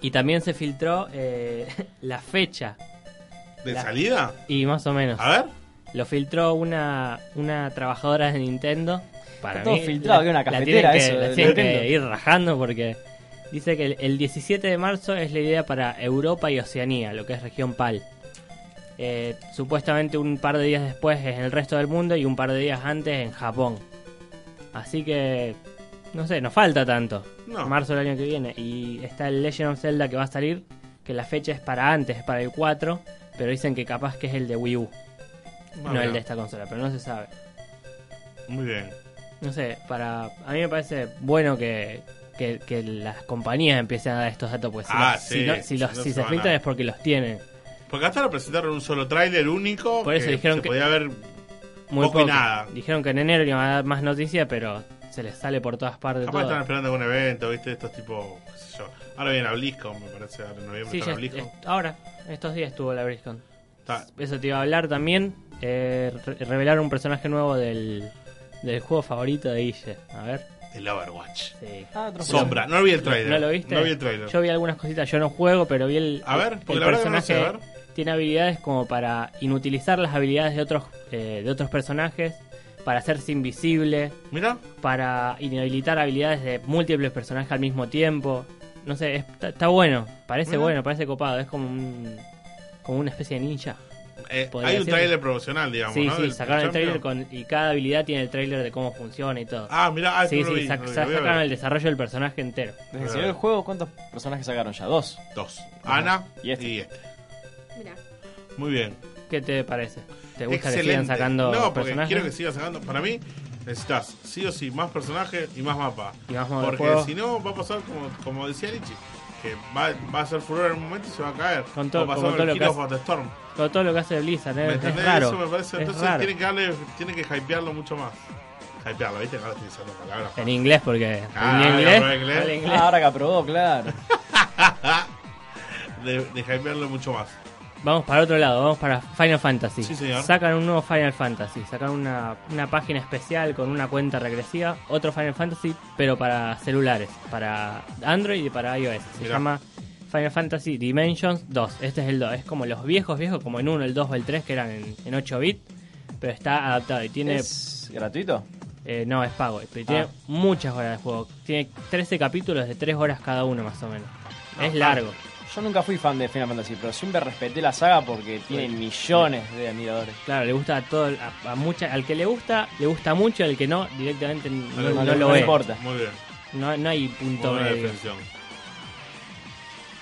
Speaker 8: Y también se filtró eh, la fecha.
Speaker 4: ¿De
Speaker 8: la-
Speaker 4: salida?
Speaker 8: Y más o menos.
Speaker 4: A ver.
Speaker 8: Lo filtró una, una trabajadora de Nintendo. Para
Speaker 5: Está todo
Speaker 8: mí,
Speaker 5: filtrado,
Speaker 8: la-
Speaker 5: que una
Speaker 8: la
Speaker 5: cafetera
Speaker 8: tienen que-
Speaker 5: eso,
Speaker 8: la
Speaker 5: de
Speaker 8: tienen
Speaker 5: Nintendo.
Speaker 8: que ir rajando porque dice que el, el 17 de marzo es la idea para Europa y Oceanía, lo que es región PAL. Eh, supuestamente un par de días después es en el resto del mundo y un par de días antes en Japón. Así que, no sé, nos falta tanto.
Speaker 4: No.
Speaker 8: Marzo del año que viene. Y está el Legend of Zelda que va a salir, que la fecha es para antes, es para el 4, pero dicen que capaz que es el de Wii U.
Speaker 4: Ah,
Speaker 8: No
Speaker 4: mira.
Speaker 8: el de esta consola, pero no se sabe.
Speaker 4: Muy bien.
Speaker 8: No sé, para a mí me parece bueno que, que, que las compañías empiecen a dar estos datos, porque si,
Speaker 4: Ah,
Speaker 8: los-
Speaker 4: sí,
Speaker 8: si, no- si los-
Speaker 4: si no
Speaker 8: si
Speaker 4: se
Speaker 8: se
Speaker 4: van a-
Speaker 8: filtran es porque los tienen.
Speaker 4: Porque hasta ahora presentaron un solo tráiler único.
Speaker 8: Por eso
Speaker 4: que
Speaker 8: dijeron
Speaker 4: se
Speaker 8: que-
Speaker 4: podía ver.
Speaker 8: Muy
Speaker 4: Poco
Speaker 8: poco.
Speaker 4: y nada.
Speaker 8: Dijeron que en enero iban a dar más noticias, pero se les sale por todas partes
Speaker 4: Capaz
Speaker 8: todo.
Speaker 4: están esperando algún evento, ¿viste? Estos tipo. qué sé yo. Ahora viene a BlizzCon, me parece. Ahora en noviembre
Speaker 8: Sí,
Speaker 4: están
Speaker 8: ya
Speaker 4: a BlizzCon.
Speaker 8: est- ahora, estos días estuvo la BlizzCon.
Speaker 4: Está-
Speaker 8: Eso te iba a hablar también. Eh, re- revelar un personaje nuevo del, del juego favorito de Guille. A ver.
Speaker 4: El Overwatch.
Speaker 8: Sí.
Speaker 5: Ah, otro juego.
Speaker 4: Sombra. No vi el tráiler.
Speaker 8: ¿No lo viste?
Speaker 4: No vi el tráiler.
Speaker 8: Yo vi algunas cositas, yo no juego, pero vi el,
Speaker 4: A ver,
Speaker 8: el
Speaker 4: porque la verdad que no
Speaker 8: personaje
Speaker 4: sé, a ver.
Speaker 8: tiene habilidades como para inutilizar las habilidades de otros, eh, de otros personajes, para hacerse invisible,
Speaker 4: Mira,
Speaker 8: para inhabilitar habilidades de múltiples personajes al mismo tiempo. No sé, es- está está bueno, parece
Speaker 4: Bueno.
Speaker 8: bueno, parece copado, es como un, como una especie de ninja.
Speaker 4: eh,
Speaker 8: Podría
Speaker 4: hay un
Speaker 8: decirlo.
Speaker 4: trailer promocional, digamos,
Speaker 8: sí,
Speaker 4: ¿no?
Speaker 8: sí,
Speaker 4: Del-
Speaker 8: sacaron el
Speaker 4: del
Speaker 8: trailer
Speaker 4: Champion.
Speaker 8: con, y cada habilidad tiene el trailer de cómo funciona y todo.
Speaker 4: Ah, mira, ah,
Speaker 8: sí,
Speaker 4: yo lo
Speaker 8: sí,
Speaker 4: vi,
Speaker 8: sac-
Speaker 4: lo vi, lo voy a
Speaker 8: sacaron
Speaker 4: ver.
Speaker 8: el desarrollo del personaje entero.
Speaker 5: Desde que salió el juego, ¿cuántos personajes sacaron ya? Dos.
Speaker 4: Dos. Ana
Speaker 5: Y este.
Speaker 4: y este.
Speaker 6: Mirá.
Speaker 4: Muy bien.
Speaker 8: ¿Qué te parece? ¿Te gusta
Speaker 4: Excelente.
Speaker 8: que sigan sacando
Speaker 4: no, porque
Speaker 8: personajes?
Speaker 4: quiero que siga sacando. Para mí, necesitas sí o sí más personajes y más mapa.
Speaker 8: Y más modo de
Speaker 4: porque
Speaker 8: juego.
Speaker 4: si no, va a pasar como, como decía Lichi, que va, va a ser furor en un momento y se va a caer.
Speaker 8: Con todo-
Speaker 4: va a
Speaker 8: como
Speaker 4: pasar
Speaker 8: todo
Speaker 4: el
Speaker 8: lo que
Speaker 4: Hero
Speaker 8: hace-
Speaker 4: of the Storm.
Speaker 8: Todo, todo lo que hace Blizzard, ¿eh?
Speaker 4: ¿Me
Speaker 8: es,
Speaker 4: entendés?
Speaker 8: raro.
Speaker 4: Eso me parece.
Speaker 8: es
Speaker 4: Entonces
Speaker 8: raro.
Speaker 4: tienen que darle, tienen que hypearlo mucho más. Hypearlo, ¿viste? Ahora estoy usando palabras.
Speaker 8: En inglés, porque.
Speaker 4: Ah,
Speaker 8: en
Speaker 4: habla
Speaker 8: inglés.
Speaker 4: en inglés.
Speaker 8: habla
Speaker 5: Ah, ahora que aprobó, claro.
Speaker 4: De, de hypearlo mucho más.
Speaker 8: Vamos para otro lado, vamos para Final Fantasy.
Speaker 4: Sí, señor.
Speaker 8: Sacan un nuevo Final Fantasy, sacan una, una página especial con una cuenta regresiva, otro Final Fantasy, pero para celulares, para Android y para iOS. Se
Speaker 4: Mirá.
Speaker 8: llama Final Fantasy Dimensions 2. Este es el 2, es como los viejos, viejos, como el 1, el 2 o el 3 que eran en, en 8 bits, pero está adaptado y tiene.
Speaker 5: ¿Es gratuito?
Speaker 8: eh, no, es pago, pero tiene
Speaker 5: Ah.
Speaker 8: muchas horas de juego. Tiene 13 capítulos de 3 horas cada uno, más o menos. es
Speaker 4: Ajá.
Speaker 8: largo.
Speaker 5: Yo nunca fui fan de Final Fantasy, pero siempre respeté la saga porque tiene millones de admiradores.
Speaker 8: Claro, le gusta a todo, a, a mucha, al que le gusta, le gusta mucho, al que no, directamente n-
Speaker 4: No
Speaker 8: no,
Speaker 4: le-
Speaker 8: no
Speaker 4: no
Speaker 8: lo
Speaker 4: le
Speaker 8: ve.
Speaker 5: importa.
Speaker 4: Muy bien.
Speaker 8: No, no hay punto
Speaker 4: Buena
Speaker 8: medio.
Speaker 4: definición.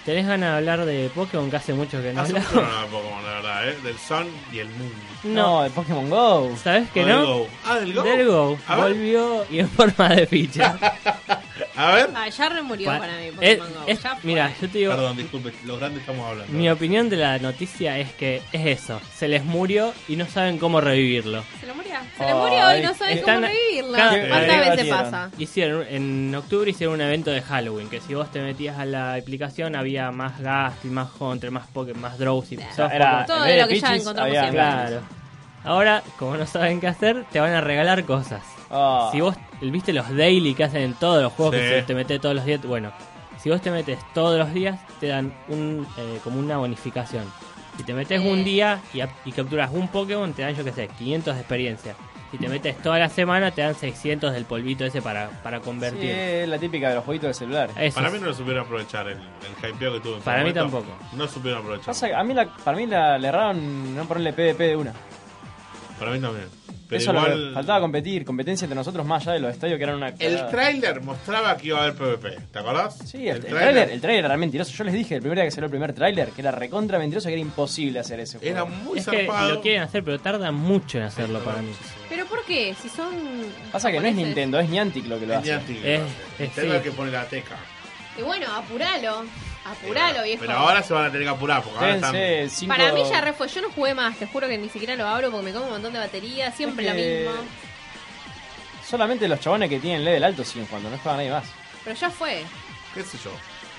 Speaker 8: ¿Tenés ganas de hablar de Pokémon que hace mucho que no
Speaker 4: Hace un
Speaker 8: hablamos?
Speaker 4: programa de Pokémon, la verdad, ¿eh? Del Sun y el Moon.
Speaker 5: No,
Speaker 8: No,
Speaker 5: de Pokémon Go.
Speaker 8: ¿sabés que
Speaker 4: O del
Speaker 8: no?
Speaker 4: Go. Ah, del Go.
Speaker 8: Del Go.
Speaker 4: A ver.
Speaker 8: Volvió y en forma de ficha.
Speaker 4: A ver.
Speaker 6: Ah, ya remurió
Speaker 8: Pa-
Speaker 6: para mí
Speaker 8: es-
Speaker 6: Pokémon Go.
Speaker 8: es-
Speaker 6: ya fue.
Speaker 8: mira, yo te digo,
Speaker 4: Perdón, disculpe, los grandes estamos hablando.
Speaker 8: mi opinión de la noticia es que es eso. Se les murió y no saben cómo revivirlo.
Speaker 6: Se lo murió. Se le
Speaker 5: Ay,
Speaker 6: murió y no sabes cómo
Speaker 8: están-
Speaker 6: revivirlo.
Speaker 8: cada-
Speaker 6: Ah, ¿Cuántas
Speaker 5: eh,
Speaker 6: veces
Speaker 5: batieron.
Speaker 6: pasa?
Speaker 8: Hicieron, en octubre hicieron un evento de Halloween, que si vos te metías a la aplicación había más Gastly, más Hunter, más Pokémon, más Drowsy. Sos
Speaker 5: Era,
Speaker 6: Todo
Speaker 5: en
Speaker 6: de
Speaker 5: vez
Speaker 6: lo que ya
Speaker 5: Pichis,
Speaker 6: encontramos
Speaker 5: había-
Speaker 8: Pokémon. Claro. Ahora, como no saben qué hacer, te van a regalar cosas.
Speaker 5: Ah.
Speaker 8: Si vos viste los daily que hacen en todos los juegos,
Speaker 4: Sí.
Speaker 8: que se- te metes todos los días, bueno, si vos te metes todos los días, te dan un eh, como una bonificación. Si te metes un día y, ap- y capturas un Pokémon, te dan, yo qué sé, 500 de experiencia. Si te metes toda la semana, te dan 600 del polvito ese para, para
Speaker 5: Sí,
Speaker 8: convertir.
Speaker 5: es la típica de los jueguitos de celular.
Speaker 8: Eso
Speaker 4: Para
Speaker 8: es.
Speaker 4: mí no lo supieron aprovechar el, el hypeo que tuvo. en su
Speaker 8: Para mí
Speaker 4: momento.
Speaker 8: tampoco.
Speaker 4: No supieron aprovechar.
Speaker 5: Pasa que a mí la, para mí la, le erraron no ponerle PvP de una.
Speaker 4: Para mí también. Pero
Speaker 5: Eso es lo que
Speaker 4: igual,
Speaker 5: faltaba competir, competencia entre nosotros más allá de los estadios que eran una.
Speaker 4: El
Speaker 5: cagada.
Speaker 4: tráiler mostraba que iba a haber PvP. ¿Te acordás?
Speaker 5: Sí, el, el
Speaker 4: tráiler
Speaker 5: trailer, el trailer era mentiroso. Yo les dije el primer día que salió el primer trailer que era recontra mentiroso que era imposible hacer ese juego.
Speaker 4: Era muy
Speaker 8: es que
Speaker 4: zarpado.
Speaker 8: lo quieren hacer, pero tarda mucho en hacerlo para mí.
Speaker 6: ¿Pero por qué? Si son.
Speaker 5: Pasa que no es
Speaker 6: japoneses.
Speaker 5: Nintendo, es Niantic lo que lo hace.
Speaker 4: Tenía tigre,
Speaker 8: Es-
Speaker 4: ¿no?
Speaker 8: es-
Speaker 4: Tenía
Speaker 8: sí.
Speaker 4: que poner la teca.
Speaker 6: Y bueno, apuralo. Apuralo, viejo.
Speaker 4: Pero ahora se van a tener que apurar
Speaker 5: Ah,
Speaker 4: porque ahora están.
Speaker 5: Dense cinco-
Speaker 6: Para mí ya re fue. Yo no jugué más. Te juro que ni siquiera lo abro porque me como un montón de batería. Siempre
Speaker 5: Es que-
Speaker 6: lo mismo.
Speaker 5: Solamente los chabones que tienen level alto siguen jugando, no juega nadie más.
Speaker 6: Pero ya fue.
Speaker 4: ¿Qué sé yo?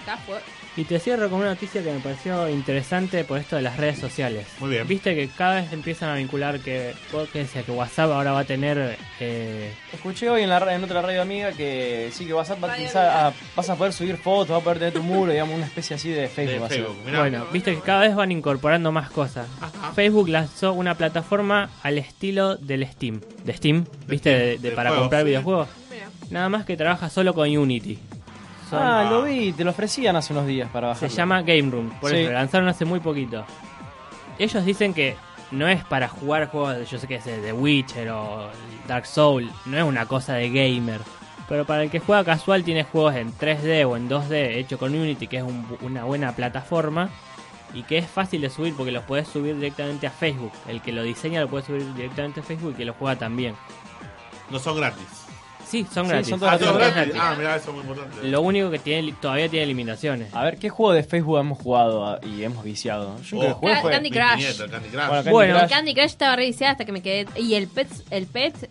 Speaker 6: Ya fue.
Speaker 8: Y te cierro con una noticia que me pareció interesante por esto de las redes sociales.
Speaker 4: Muy bien.
Speaker 8: Viste que cada vez empiezan a vincular que, vos que decías que WhatsApp ahora va a tener... eh,
Speaker 5: Escuché hoy en, la, ra- en otra radio amiga que sí que vas a, vas
Speaker 6: Radio
Speaker 5: a- a- vas a poder subir fotos, vas a poder tener tu muro, digamos, una especie así de Facebook.
Speaker 4: De
Speaker 5: así.
Speaker 4: Facebook. Mirá.
Speaker 8: bueno, viste que cada vez van incorporando más cosas. Facebook lanzó una plataforma al estilo del Steam. ¿De Steam? ¿Viste? De, de-
Speaker 4: de
Speaker 8: para
Speaker 4: juegos,
Speaker 8: comprar
Speaker 4: sí.
Speaker 8: videojuegos.
Speaker 6: Mira.
Speaker 8: Nada más que trabaja solo con Unity. Son-
Speaker 5: Ah, lo vi, te lo ofrecían hace unos días para
Speaker 8: Se
Speaker 5: bajar.
Speaker 8: llama Game Room, por
Speaker 5: Sí.
Speaker 8: eso lo lanzaron hace muy poquito. Ellos dicen que no es para jugar juegos, de, yo sé que sé, de Witcher o Dark Soul, no es una cosa de gamer. Pero para el que juega casual tiene juegos en 3D o en 2D hecho con Unity, que es un bu- una buena plataforma y que es fácil de subir porque los puedes subir directamente a Facebook. El que lo diseña lo puede subir directamente a Facebook y que lo juega también.
Speaker 4: No son gratis.
Speaker 8: Sí, son
Speaker 5: Sí,
Speaker 8: gratis.
Speaker 5: son todas
Speaker 4: Ah,
Speaker 5: Todas
Speaker 4: son
Speaker 5: gratis.
Speaker 4: gratis. Ah, mirá, eso es muy importante.
Speaker 8: Lo único que tiene li- todavía tiene limitaciones.
Speaker 5: A ver, ¿qué juego de Facebook hemos jugado ah, y hemos viciado? Yo creo que
Speaker 4: Oh. Ah.
Speaker 5: jugué fue-
Speaker 6: Candy
Speaker 4: Mi
Speaker 6: Crush.
Speaker 4: nieta, Candy Crush.
Speaker 5: Bueno, Candy
Speaker 8: Bueno.
Speaker 5: Crush,
Speaker 6: Candy Crush estaba re viciada hasta que me quedé. Y el Pet. El Pet.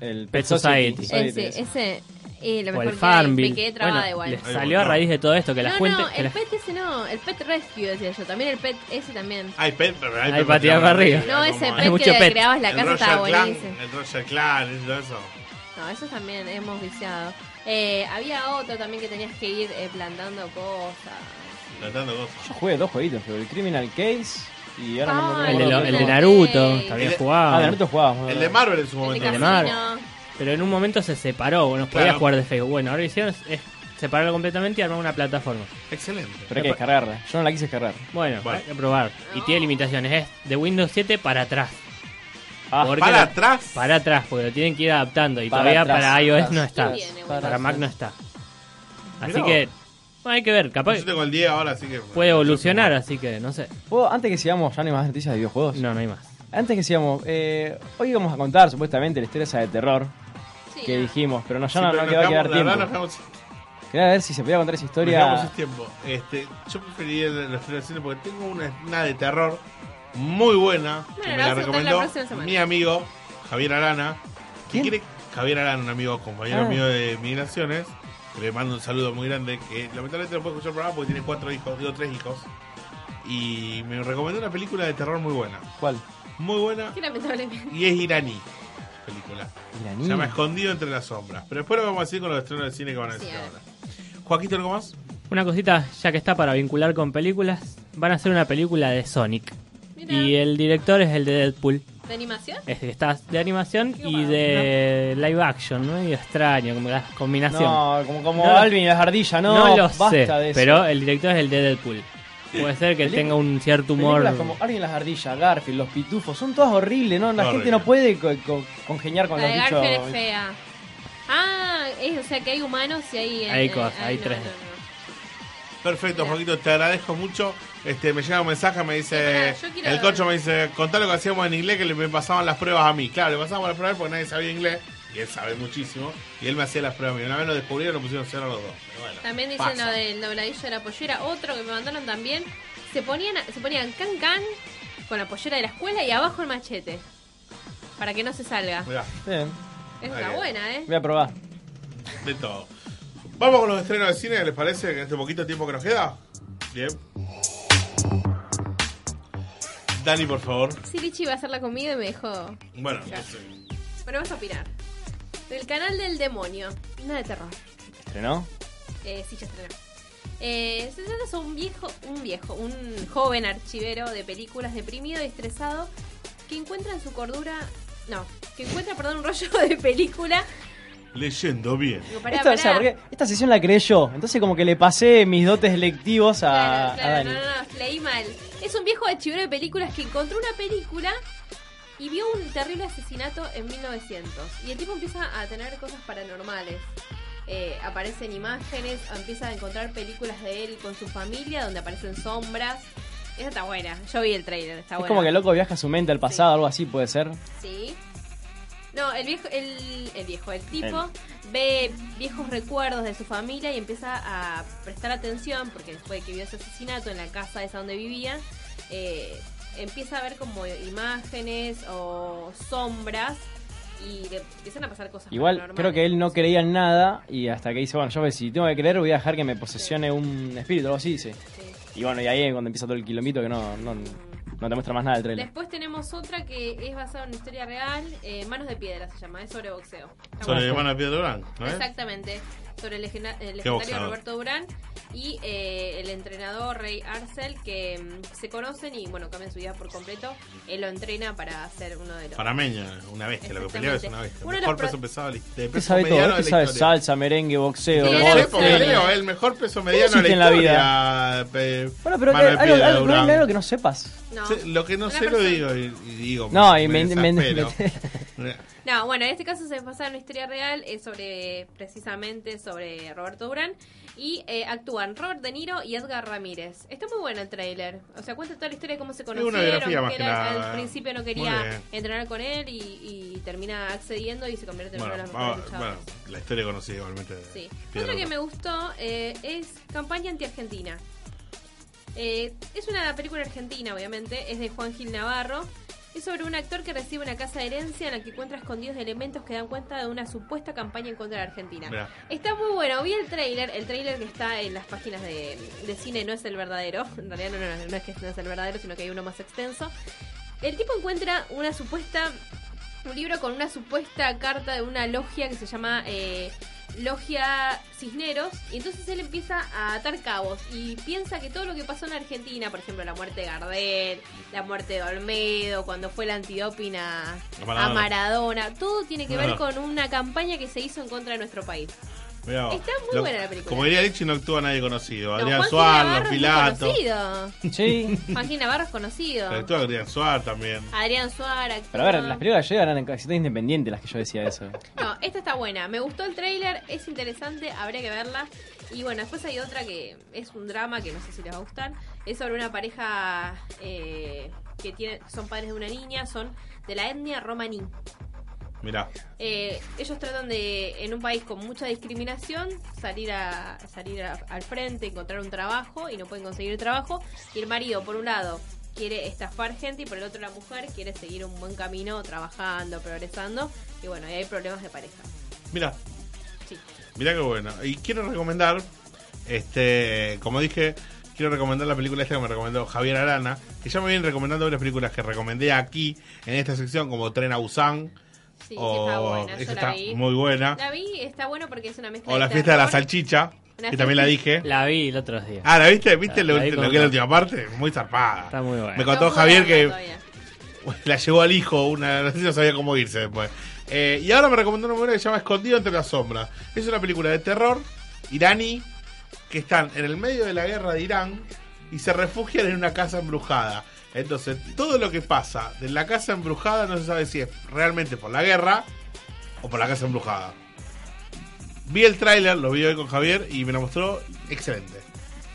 Speaker 5: el
Speaker 8: Pet Society.
Speaker 5: Society,
Speaker 6: ese.
Speaker 5: ese.
Speaker 6: ese eh, lo mejor
Speaker 8: o el
Speaker 6: que hay. Me
Speaker 8: Farmville.
Speaker 6: quedé trabada
Speaker 8: Bueno,
Speaker 6: igual.
Speaker 8: les
Speaker 4: Ahí
Speaker 8: salió a
Speaker 4: volvemos.
Speaker 8: raíz de todo esto que las
Speaker 6: No,
Speaker 8: fuentes.
Speaker 6: no,
Speaker 8: que
Speaker 6: el
Speaker 8: las-
Speaker 6: pet ese no, el pet rescue decía yo, también el pet ese también.
Speaker 4: Ay, pet, pero hay
Speaker 8: Ay,
Speaker 4: pet
Speaker 8: para tirar para arriba.
Speaker 4: Era
Speaker 6: No,
Speaker 4: como
Speaker 6: ese
Speaker 4: el-
Speaker 8: Hay
Speaker 6: pet
Speaker 8: Ah, mucho
Speaker 6: que
Speaker 8: pet.
Speaker 6: creabas la
Speaker 4: el
Speaker 6: casa
Speaker 4: Roger
Speaker 6: estaba
Speaker 4: Clan,
Speaker 6: buenísimo.
Speaker 4: El Roger Clan y todo eso.
Speaker 6: No, esos también hemos viciado. Eh, había otro también que tenías que ir eh, plantando cosas.
Speaker 4: Tratando cosas.
Speaker 5: Yo jugué dos jueguitos, pero el Criminal Case Y ahora no me
Speaker 6: Ay,
Speaker 8: El de,
Speaker 5: acuerdo
Speaker 8: lo-
Speaker 5: qué
Speaker 8: el de
Speaker 5: juego.
Speaker 8: Naruto,
Speaker 6: eh.
Speaker 8: está bien
Speaker 4: El de-
Speaker 5: Ah, de
Speaker 8: jugado.
Speaker 5: Naruto jugábamos.
Speaker 4: El de Marvel en su
Speaker 6: El de
Speaker 4: momento.
Speaker 8: de
Speaker 6: casino.
Speaker 8: Pero en un momento se separó, no
Speaker 4: Claro.
Speaker 8: podías jugar de Facebook. Bueno, ahora lo que hicieron es, es separarlo completamente y armar una plataforma.
Speaker 4: Excelente.
Speaker 5: Pero hay que descargarla. Yo no la quise descargar.
Speaker 8: Bueno,
Speaker 4: Bueno.
Speaker 8: hay que probar. Y tiene limitaciones, es de Windows 7 para atrás.
Speaker 5: Ah,
Speaker 8: Porque
Speaker 4: Para
Speaker 8: lo-
Speaker 4: atrás.
Speaker 8: Para atrás, porque lo tienen que ir adaptando y
Speaker 5: Para
Speaker 8: todavía
Speaker 5: atrás,
Speaker 8: para iOS
Speaker 5: atrás.
Speaker 8: no está.
Speaker 6: ¿Quién tiene
Speaker 8: Para,
Speaker 5: Windows?
Speaker 8: Mac no está. Así
Speaker 4: Mirá.
Speaker 8: que, bueno, hay que ver, capaz
Speaker 4: Yo
Speaker 8: que
Speaker 4: tengo el 10 ahora, así que.
Speaker 8: puede evolucionar, así que no sé.
Speaker 5: ¿Puedo- antes que sigamos, ya no hay más noticias de videojuegos.
Speaker 8: No, no hay más.
Speaker 5: Antes que sigamos, eh, hoy íbamos a contar supuestamente la historia esa de terror
Speaker 6: Sí,
Speaker 5: que
Speaker 6: no.
Speaker 5: dijimos, pero no, ya
Speaker 4: Sí,
Speaker 5: no,
Speaker 4: pero
Speaker 5: no
Speaker 4: nos
Speaker 5: quedaba
Speaker 4: quedamos-
Speaker 5: quedar
Speaker 4: la verdad, nos
Speaker 5: tiempo.
Speaker 4: quedamos-
Speaker 5: Quería ver si se podía contar esa
Speaker 4: Nos
Speaker 5: historia.
Speaker 4: quedamos sin tiempo. Este, yo preferiría la la historia del cine porque tengo una, una de terror muy buena que me
Speaker 6: Bueno, la
Speaker 4: la
Speaker 6: vas a contar la
Speaker 4: recomendó
Speaker 6: próxima semana.
Speaker 4: mi amigo Javier Arana. que
Speaker 5: ¿Quién?
Speaker 4: quiere Javier Arana, un amigo, compañero
Speaker 5: Ah.
Speaker 4: mío de migraciones. que le mando un saludo muy grande. Que lamentablemente no puedo escuchar el programa porque tiene cuatro hijos, digo tres hijos. Y me recomendó una película de terror muy buena.
Speaker 5: ¿Cuál?
Speaker 4: Muy buena
Speaker 6: Sí, lamentablemente.
Speaker 4: y es iraní. Película. Se
Speaker 5: Iraní.
Speaker 4: llama Escondido entre las sombras. Pero después lo vamos a decir con los estrenos de cine que van a
Speaker 6: Sí,
Speaker 4: decir
Speaker 6: a ver.
Speaker 4: ahora. Joaquito, ¿algo más?
Speaker 8: Una cosita, ya que está para vincular con películas, van a hacer una película de Sonic.
Speaker 6: Mira.
Speaker 8: Y el director es el de Deadpool.
Speaker 6: ¿De animación?
Speaker 8: Es que está de animación
Speaker 6: Qué
Speaker 8: y
Speaker 6: guapo,
Speaker 8: de live action, ¿no? Y extraño, como la combinación.
Speaker 5: No, como, como
Speaker 8: No lo-
Speaker 5: Alvin y las ardillas, no.
Speaker 8: No lo
Speaker 5: basta
Speaker 8: sé,
Speaker 5: de eso.
Speaker 8: pero el director es el de Deadpool. Puede ser que
Speaker 5: Película-
Speaker 8: tenga un cierto humor.
Speaker 5: Películas como Alvin y las ardillas, Garfield, los pitufos, son todas horribles, ¿no? La
Speaker 4: Horrible.
Speaker 5: gente no puede co- co- congeniar con
Speaker 6: La de
Speaker 5: los
Speaker 6: Garfield es
Speaker 5: bichos.
Speaker 6: fea. Ah, es, o sea que hay humanos y hay.
Speaker 8: Hay
Speaker 6: eh,
Speaker 8: cosas,
Speaker 6: ay,
Speaker 8: hay
Speaker 6: no,
Speaker 8: tres.
Speaker 6: no, no.
Speaker 4: Perfecto, Joaquito, te agradezco mucho. Este, me llega un mensaje, me dice.
Speaker 6: Sí, pará, yo quiero-
Speaker 4: el cocho me dice, contá lo que hacíamos en inglés, que le me pasaban las pruebas a mí. Claro, le pasaban las pruebas porque nadie sabía inglés. Y él sabe muchísimo. Y él me hacía las pruebas a mí. Una vez lo descubrieron, lo pusieron cero a los dos. Pero bueno,
Speaker 6: También dicen
Speaker 4: pasa.
Speaker 6: lo del dobladillo de la pollera. Otro que me mandaron también. Se ponían, se ponían can can con la pollera de la escuela y abajo el machete. Para que no se salga.
Speaker 4: Mirá,
Speaker 5: Bien,
Speaker 6: Esa
Speaker 4: Ahí
Speaker 6: está
Speaker 4: es.
Speaker 6: buena, ¿eh?
Speaker 5: voy a probar.
Speaker 4: de todo. Vamos con los estrenos de cine, ¿les parece? En este poquito tiempo que nos queda. Bien. Dani, por favor.
Speaker 6: Sí, Lichi iba a hacer la comida y me dejó.
Speaker 4: Bueno,
Speaker 6: Ya.
Speaker 4: no sé.
Speaker 6: Pero vas a opinar. Del canal del demonio. Nada de terror.
Speaker 5: ¿Estrenó?
Speaker 6: Eh, sí, ya estrenó. Eh, se trata sobre un viejo, un viejo, un joven archivero de películas deprimido y estresado que encuentra en su cordura. No, que encuentra, perdón, un rollo de película.
Speaker 4: Leyendo bien.
Speaker 6: Digo, pará,
Speaker 5: Esta, o
Speaker 6: pará.
Speaker 5: sea, porque esta sesión la creé yo, entonces como que le pasé mis dotes lectivos a,
Speaker 6: Claro,
Speaker 5: a
Speaker 6: claro,
Speaker 5: Dani.
Speaker 6: no, no, no, leí mal. Es un viejo archivero de películas que encontró una película y vio un terrible asesinato en 1900. Y el tipo empieza a tener cosas paranormales. Eh, aparecen imágenes, empieza a encontrar películas de él con su familia donde aparecen sombras. Esa está buena. Yo vi el trailer, está
Speaker 5: es
Speaker 6: buena.
Speaker 5: como que el loco viaja su mente al pasado, algo así puede ser.
Speaker 6: Sí. No, el viejo, el, el viejo, el tipo ve viejos recuerdos de su familia y empieza a prestar atención, porque después de que vio ese asesinato en la casa esa donde vivía, eh, empieza a ver como imágenes o sombras y le empiezan a pasar cosas
Speaker 5: Igual
Speaker 6: paranormales.
Speaker 5: creo que él no creía en nada y hasta que dice, bueno, yo si tengo que creer voy a dejar que me posesione un espíritu, algo así dice.
Speaker 6: Sí.
Speaker 5: Y bueno, y ahí es cuando empieza todo el quilombito que no, no, no te muestra más nada el trailer.
Speaker 6: Después tenemos otra que es basada en una historia real, eh, Manos de Piedra se llama, es sobre boxeo. Está
Speaker 4: Sobre
Speaker 6: buena.
Speaker 4: Hermana Piedra Blanca, ¿no es?
Speaker 6: Exactamente, sobre el, legena- el
Speaker 4: boxeador.
Speaker 6: legendario Roberto Durán y eh, el entrenador Rey Arcel, que mm, se conocen y bueno, cambian su vida por completo. Él lo entrena para ser uno de los.
Speaker 4: Parameña, una bestia, lo que peleaba es una bestia.
Speaker 6: Uno de los
Speaker 4: mejor
Speaker 6: pro-
Speaker 4: peso pesado de la- de
Speaker 5: Usted
Speaker 4: peso
Speaker 5: sabe todo,
Speaker 4: mediano
Speaker 5: usted
Speaker 4: de
Speaker 5: sabe
Speaker 4: la historia.
Speaker 5: salsa, merengue, boxeo,
Speaker 6: Sí,
Speaker 4: Lo
Speaker 6: General
Speaker 4: sé
Speaker 5: golf,
Speaker 6: Alonso,
Speaker 4: porque
Speaker 5: tenis.
Speaker 4: leo, el mejor peso mediano de
Speaker 5: existe en
Speaker 4: la
Speaker 5: la
Speaker 4: historia. pe-
Speaker 5: Bueno,
Speaker 4: Manuel
Speaker 5: pero que- algo,
Speaker 4: Piedra
Speaker 5: algo-
Speaker 4: Durán.
Speaker 5: algo que no sepas.
Speaker 6: No.
Speaker 4: Sí, Lo que no
Speaker 6: Una
Speaker 4: sé lo
Speaker 6: persona-
Speaker 4: digo y, y digo.
Speaker 5: No, y me- me-
Speaker 4: desaspero.
Speaker 6: No, bueno, en este caso se basa en una historia real, es sobre precisamente sobre Roberto Durán y eh, actúan Robert De Niro y Edgar Ramírez. Está muy bueno el tráiler, o sea, cuenta toda la historia de cómo se
Speaker 4: una biografía
Speaker 6: conocieron,
Speaker 4: más
Speaker 6: que
Speaker 4: que
Speaker 6: él al-
Speaker 4: nada.
Speaker 6: al principio no
Speaker 4: Muy
Speaker 6: quería
Speaker 4: bien.
Speaker 6: entrenar con él y, y termina accediendo y se convierte en uno de
Speaker 4: Bueno,
Speaker 6: los
Speaker 4: vamos-
Speaker 6: mejores luchadores.
Speaker 4: bueno, la historia conocida igualmente. de
Speaker 6: Sí.
Speaker 4: Piedra
Speaker 6: Otra que
Speaker 4: Blanca.
Speaker 6: me gustó eh, es Campaña Anti-Argentina. Eh, es una película argentina, obviamente, es de Juan Gil Navarro. Es sobre un actor que recibe una casa de herencia en la que encuentra escondidos elementos que dan cuenta de una supuesta campaña en contra de Argentina.
Speaker 4: Mirá.
Speaker 6: Está muy bueno, vi el tráiler, el tráiler que está en las páginas de, de cine no es el verdadero, en realidad no, no- no es que no es el verdadero, sino que hay uno más extenso. El tipo encuentra una supuesta, un libro con una supuesta carta de una logia que se llama eh, Logia Cisneros, y entonces él empieza a atar cabos y piensa que todo lo que pasó en Argentina, por ejemplo, la muerte de Gardel, la muerte de Olmedo, cuando fue la antidoping
Speaker 4: A
Speaker 6: a a
Speaker 4: Maradona.
Speaker 6: Maradona, todo tiene que ver
Speaker 4: Maradona.
Speaker 6: con una campaña que se hizo en contra de nuestro país.
Speaker 4: Mirá vos.
Speaker 6: Está muy buena la película.
Speaker 4: Como diría Alexi, no actúa nadie conocido.
Speaker 6: No,
Speaker 4: Adrián
Speaker 6: Joaquín
Speaker 4: Suárez,
Speaker 6: Navarro
Speaker 4: los
Speaker 6: es muy
Speaker 4: Pilato.
Speaker 6: conocido.
Speaker 5: Sí.
Speaker 6: Joaquín Navarro es conocido.
Speaker 4: Pero Actúa Adrián Suárez también.
Speaker 6: Adrián Suárez. actúa.
Speaker 5: Pero a ver, las películas llegan eran casi todas independientes las que yo decía eso.
Speaker 6: No, esta está buena. Me gustó el tráiler, es interesante, habría que verla. Y bueno, después hay otra que es un drama que no sé si les va a gustar. Es sobre una pareja eh, que tiene, son padres de una niña, son de la etnia romaní.
Speaker 4: Mirá.
Speaker 6: Eh, ellos tratan de, en un país con mucha discriminación, salir a salir a- al frente, encontrar un trabajo y no pueden conseguir trabajo. Y el marido, por un lado, quiere estafar gente y por el otro la mujer quiere seguir un buen camino, trabajando, progresando. Y bueno, ahí hay problemas de pareja.
Speaker 4: Mirá.
Speaker 6: Sí.
Speaker 4: Mirá qué bueno. Y quiero recomendar, este, como dije, quiero recomendar la película esta que me recomendó Javier Arana, que ya me vienen recomendando varias películas que recomendé aquí, en esta sección, como Tren a Busan,
Speaker 6: Sí,
Speaker 4: o
Speaker 6: está buena,
Speaker 4: esa
Speaker 6: yo
Speaker 4: Oh, está
Speaker 6: la vi.
Speaker 4: muy buena,
Speaker 6: La vi, está bueno porque es una mezcla
Speaker 4: o La
Speaker 6: de
Speaker 4: fiesta de la
Speaker 6: terror.
Speaker 4: salchicha,
Speaker 6: Una
Speaker 4: que también la
Speaker 6: fiesta-
Speaker 4: dije.
Speaker 8: La vi el otro día.
Speaker 4: Ah, ¿la viste? ¿Viste
Speaker 8: La-
Speaker 4: lo,
Speaker 8: la vi
Speaker 4: lo
Speaker 8: con-
Speaker 4: que es la última parte? Muy zarpada.
Speaker 8: Está muy buena.
Speaker 4: Me
Speaker 6: No
Speaker 4: contó
Speaker 6: pude
Speaker 4: Javier
Speaker 6: verla
Speaker 4: que
Speaker 6: todavía.
Speaker 4: la llevó al hijo, una, no sé, no sabía cómo irse después. Eh, y ahora me recomendó una película que se llama Escondido entre las sombras. Es una película de terror iraní que están en el medio de la guerra de Irán y se refugian en una casa embrujada. Entonces, todo lo que pasa de la casa embrujada no se sabe si es realmente por la guerra o por la casa embrujada. Vi el tráiler, lo vi hoy con Javier y me la mostró excelente.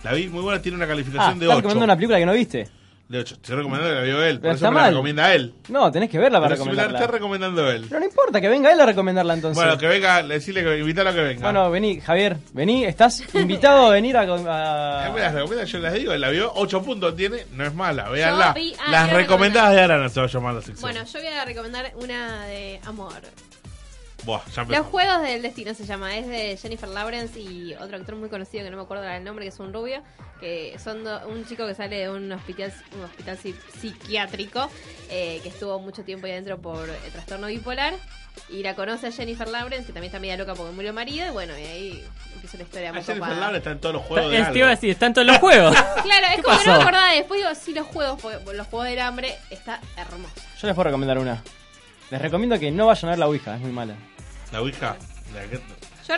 Speaker 4: La vi muy buena, tiene una
Speaker 5: Ah,
Speaker 4: calificación de 8.
Speaker 5: ¿estás recomendando una película que no viste?
Speaker 4: De 8. Estoy recomendando que la vio él, por
Speaker 5: Pero
Speaker 4: eso
Speaker 5: está
Speaker 4: me la
Speaker 5: mal.
Speaker 4: recomienda él.
Speaker 5: No, tenés que verla para
Speaker 4: Pero si me la
Speaker 5: recomendarla.
Speaker 4: está recomendando él.
Speaker 5: Pero no importa, que venga él a recomendarla entonces.
Speaker 4: Bueno, que venga, decirle que invítalo a que venga.
Speaker 5: Bueno, vení, Javier, vení, estás invitado a venir a... a-
Speaker 4: Eh, me las recomienda, yo las digo, él la vio, 8 puntos tiene, no es mala, véanla.
Speaker 6: vi- ah,
Speaker 4: las
Speaker 6: quiero
Speaker 4: recomendadas de Arana se va a llamar la sección.
Speaker 6: Bueno, yo voy a recomendar una de amor.
Speaker 4: Buah, ya
Speaker 6: Los
Speaker 4: empezó.
Speaker 6: Juegos del Destino se llama, es de Jennifer Lawrence y otro actor muy conocido que no me acuerdo el nombre, que es un rubio, que son do- un chico que sale de un hospital, un hospital psi- psiquiátrico, eh, que estuvo mucho tiempo ahí adentro por eh, trastorno bipolar, y la conoce a Jennifer Lawrence, que también está media loca porque murió el marido, y bueno, y ahí empieza una historia muy
Speaker 4: Ayer el
Speaker 6: copada.
Speaker 4: celular está en todos los
Speaker 8: Está-
Speaker 4: juegos de
Speaker 8: es-
Speaker 4: algo.
Speaker 8: te iba a decir, están todos los juegos.
Speaker 6: Claro, es
Speaker 8: ¿Qué
Speaker 6: como que no
Speaker 8: pasó?
Speaker 6: me acordaba después, digo, sí, los juegos, porque los juegos del hambre está hermoso.
Speaker 5: Yo les puedo recomendar una. Les recomiendo que no vayan a ver la Ouija, es muy mala.
Speaker 4: La Ouija. la que-
Speaker 6: Yo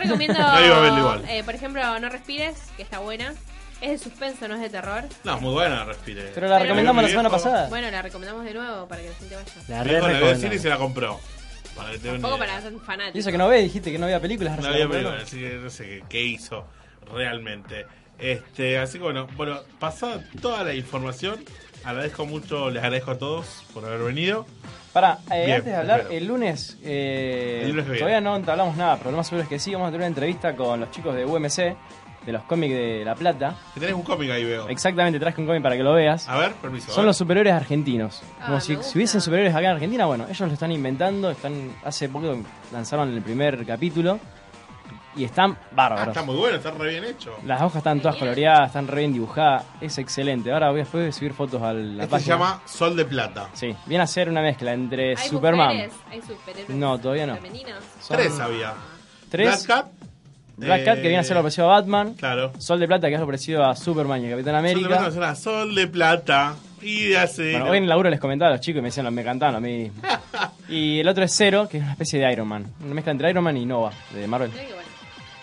Speaker 6: recomiendo,
Speaker 4: Nadie va a verlo igual.
Speaker 6: eh, por ejemplo, No Respires, que está buena. Es de suspenso, no es de terror.
Speaker 4: No, muy buena, respire.
Speaker 5: Pero la
Speaker 6: Pero
Speaker 5: recomendamos la
Speaker 4: mi
Speaker 5: semana
Speaker 4: viejo-
Speaker 5: pasada.
Speaker 6: Bueno, la recomendamos de nuevo para que la gente vaya.
Speaker 8: La
Speaker 4: Mi
Speaker 8: re
Speaker 4: viejo la vio al cine y
Speaker 8: recomendamos.
Speaker 4: se la compró. Para que te den
Speaker 6: Tampoco
Speaker 4: una idea.
Speaker 6: para ser
Speaker 5: Y
Speaker 6: fanáticos.
Speaker 5: eso que no ves, dijiste que no había películas.
Speaker 4: No
Speaker 5: ahora se la
Speaker 4: había
Speaker 5: recomendamos.
Speaker 4: película, así que no sé qué, qué hizo realmente. Este, así que bueno, bueno, pasada toda la información, agradezco mucho, les agradezco a todos por haber venido.
Speaker 5: Pará, eh,
Speaker 4: Bien,
Speaker 5: antes de hablar,
Speaker 4: espero.
Speaker 5: el lunes, eh,
Speaker 4: El lunes que viene.
Speaker 5: todavía no hablamos nada, pero lo más seguro es que sí, vamos a tener una entrevista con los chicos de UMC, de los cómics de La Plata.
Speaker 4: Que tenés un cómic ahí, veo.
Speaker 5: Exactamente, traje un cómic para que lo veas.
Speaker 4: A ver, permiso. a
Speaker 5: Son
Speaker 4: ver.
Speaker 5: los superhéroes argentinos.
Speaker 6: Ah,
Speaker 5: Como
Speaker 6: me
Speaker 5: si,
Speaker 6: gusta.
Speaker 5: si hubiesen superhéroes acá en Argentina, bueno, ellos lo están inventando, están hace poco lanzaron el primer capítulo y están
Speaker 4: Ah,
Speaker 5: bárbaros.
Speaker 4: está muy bueno, está re bien hecho.
Speaker 5: Las hojas están todas coloreadas, están re bien dibujadas, es excelente. Ahora voy después de subir fotos a
Speaker 4: este
Speaker 5: la
Speaker 4: se
Speaker 5: página.
Speaker 4: llama Sol de Plata.
Speaker 5: Sí, viene a ser una mezcla entre
Speaker 6: ¿Hay
Speaker 5: Superman.
Speaker 6: mujeres? ¿Hay superhéroes
Speaker 5: No, todavía no.
Speaker 6: femeninos?
Speaker 5: Son
Speaker 4: Tres había.
Speaker 5: Tres.
Speaker 4: Black Cat. eh,
Speaker 5: Black Cat, que viene a ser lo parecido a Batman.
Speaker 4: Claro.
Speaker 5: Sol de Plata, que es lo parecido a Superman y a Capitán
Speaker 4: Sol de Plata
Speaker 5: América.
Speaker 4: me suena a Sol de Plata. Y de hace.
Speaker 5: Bueno, hoy en el laburo les comentaba a los chicos y me decían, me cantaban a mí mismo. Y el otro es Zero, que es una especie de Iron Man. Una mezcla entre Iron Man y Nova, de Marvel.
Speaker 6: Creo que bueno.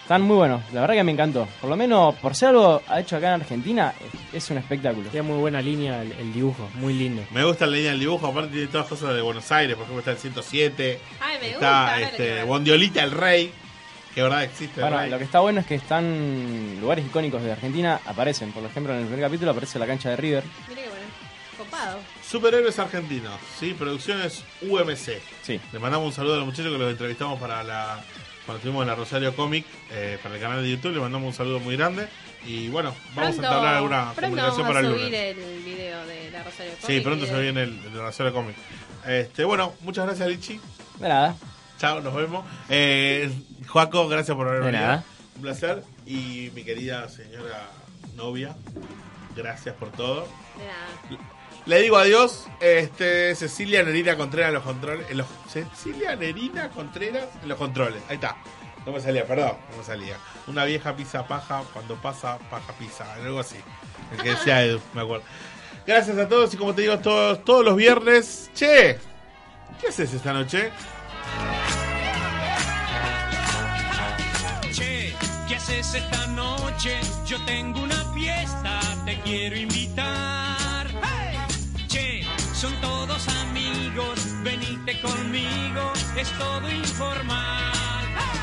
Speaker 5: Están muy buenos, la verdad que me encantó. Por lo menos, por ser algo hecho acá en Argentina, es un espectáculo.
Speaker 8: Tiene muy buena línea el, el dibujo, muy lindo.
Speaker 4: Me gusta la línea del dibujo, aparte tiene todas cosas de Buenos Aires, por ejemplo está el 107,
Speaker 6: Ay, me gusta,
Speaker 4: está
Speaker 6: ahora lo quiero
Speaker 4: este,
Speaker 6: ver.
Speaker 4: Bondiolita el Rey, que verdad existe. el
Speaker 5: Bueno,
Speaker 4: Rey.
Speaker 5: lo que está bueno es que están lugares icónicos de Argentina, aparecen. Por ejemplo, en el primer capítulo aparece la cancha de River.
Speaker 6: Mira que bueno. Copado.
Speaker 4: Superhéroes argentinos, ¿sí? Producciones UMC.
Speaker 5: Sí.
Speaker 4: Le mandamos un saludo a los muchachos que los entrevistamos para la. Cuando estuvimos en la Rosario Comic, eh, para el canal de YouTube, le mandamos un saludo muy grande. Y bueno, vamos
Speaker 6: pronto,
Speaker 4: a entablar alguna
Speaker 6: pronto
Speaker 4: comunicación
Speaker 6: vamos
Speaker 4: para
Speaker 6: a
Speaker 4: el
Speaker 6: subir
Speaker 4: lunes.
Speaker 6: el video de la Rosario
Speaker 4: Sí,
Speaker 6: Comic
Speaker 4: pronto
Speaker 6: y
Speaker 4: se
Speaker 6: de-
Speaker 4: viene el, el de Rosario Comic. Este, bueno, muchas gracias, Lichi.
Speaker 5: De nada.
Speaker 4: Chao, nos vemos. Eh, Joaco, gracias por haber
Speaker 8: De
Speaker 4: venido.
Speaker 8: nada.
Speaker 4: Un placer. Y mi querida señora novia, gracias por todo.
Speaker 6: de nada.
Speaker 4: Le digo adiós, este, Cecilia Nerina Contreras en los controles. en los- Cecilia Nerina Contreras en los controles. Ahí está. No me salía, perdón, no me salía. Una vieja pisa paja, cuando pasa, paja pisa, algo así. El que decía Edu, me acuerdo. Gracias a todos y como te digo, todos, todos los viernes. Che, ¿qué haces esta noche?
Speaker 9: Che, ¿qué haces esta noche? Yo tengo una fiesta, te quiero invitar. Che, son todos amigos, venite conmigo, es todo informal. ¡Ah!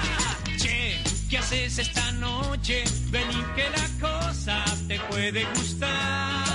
Speaker 9: Che, ¿qué haces esta noche? Vení que la cosa te puede gustar. ¡Ah!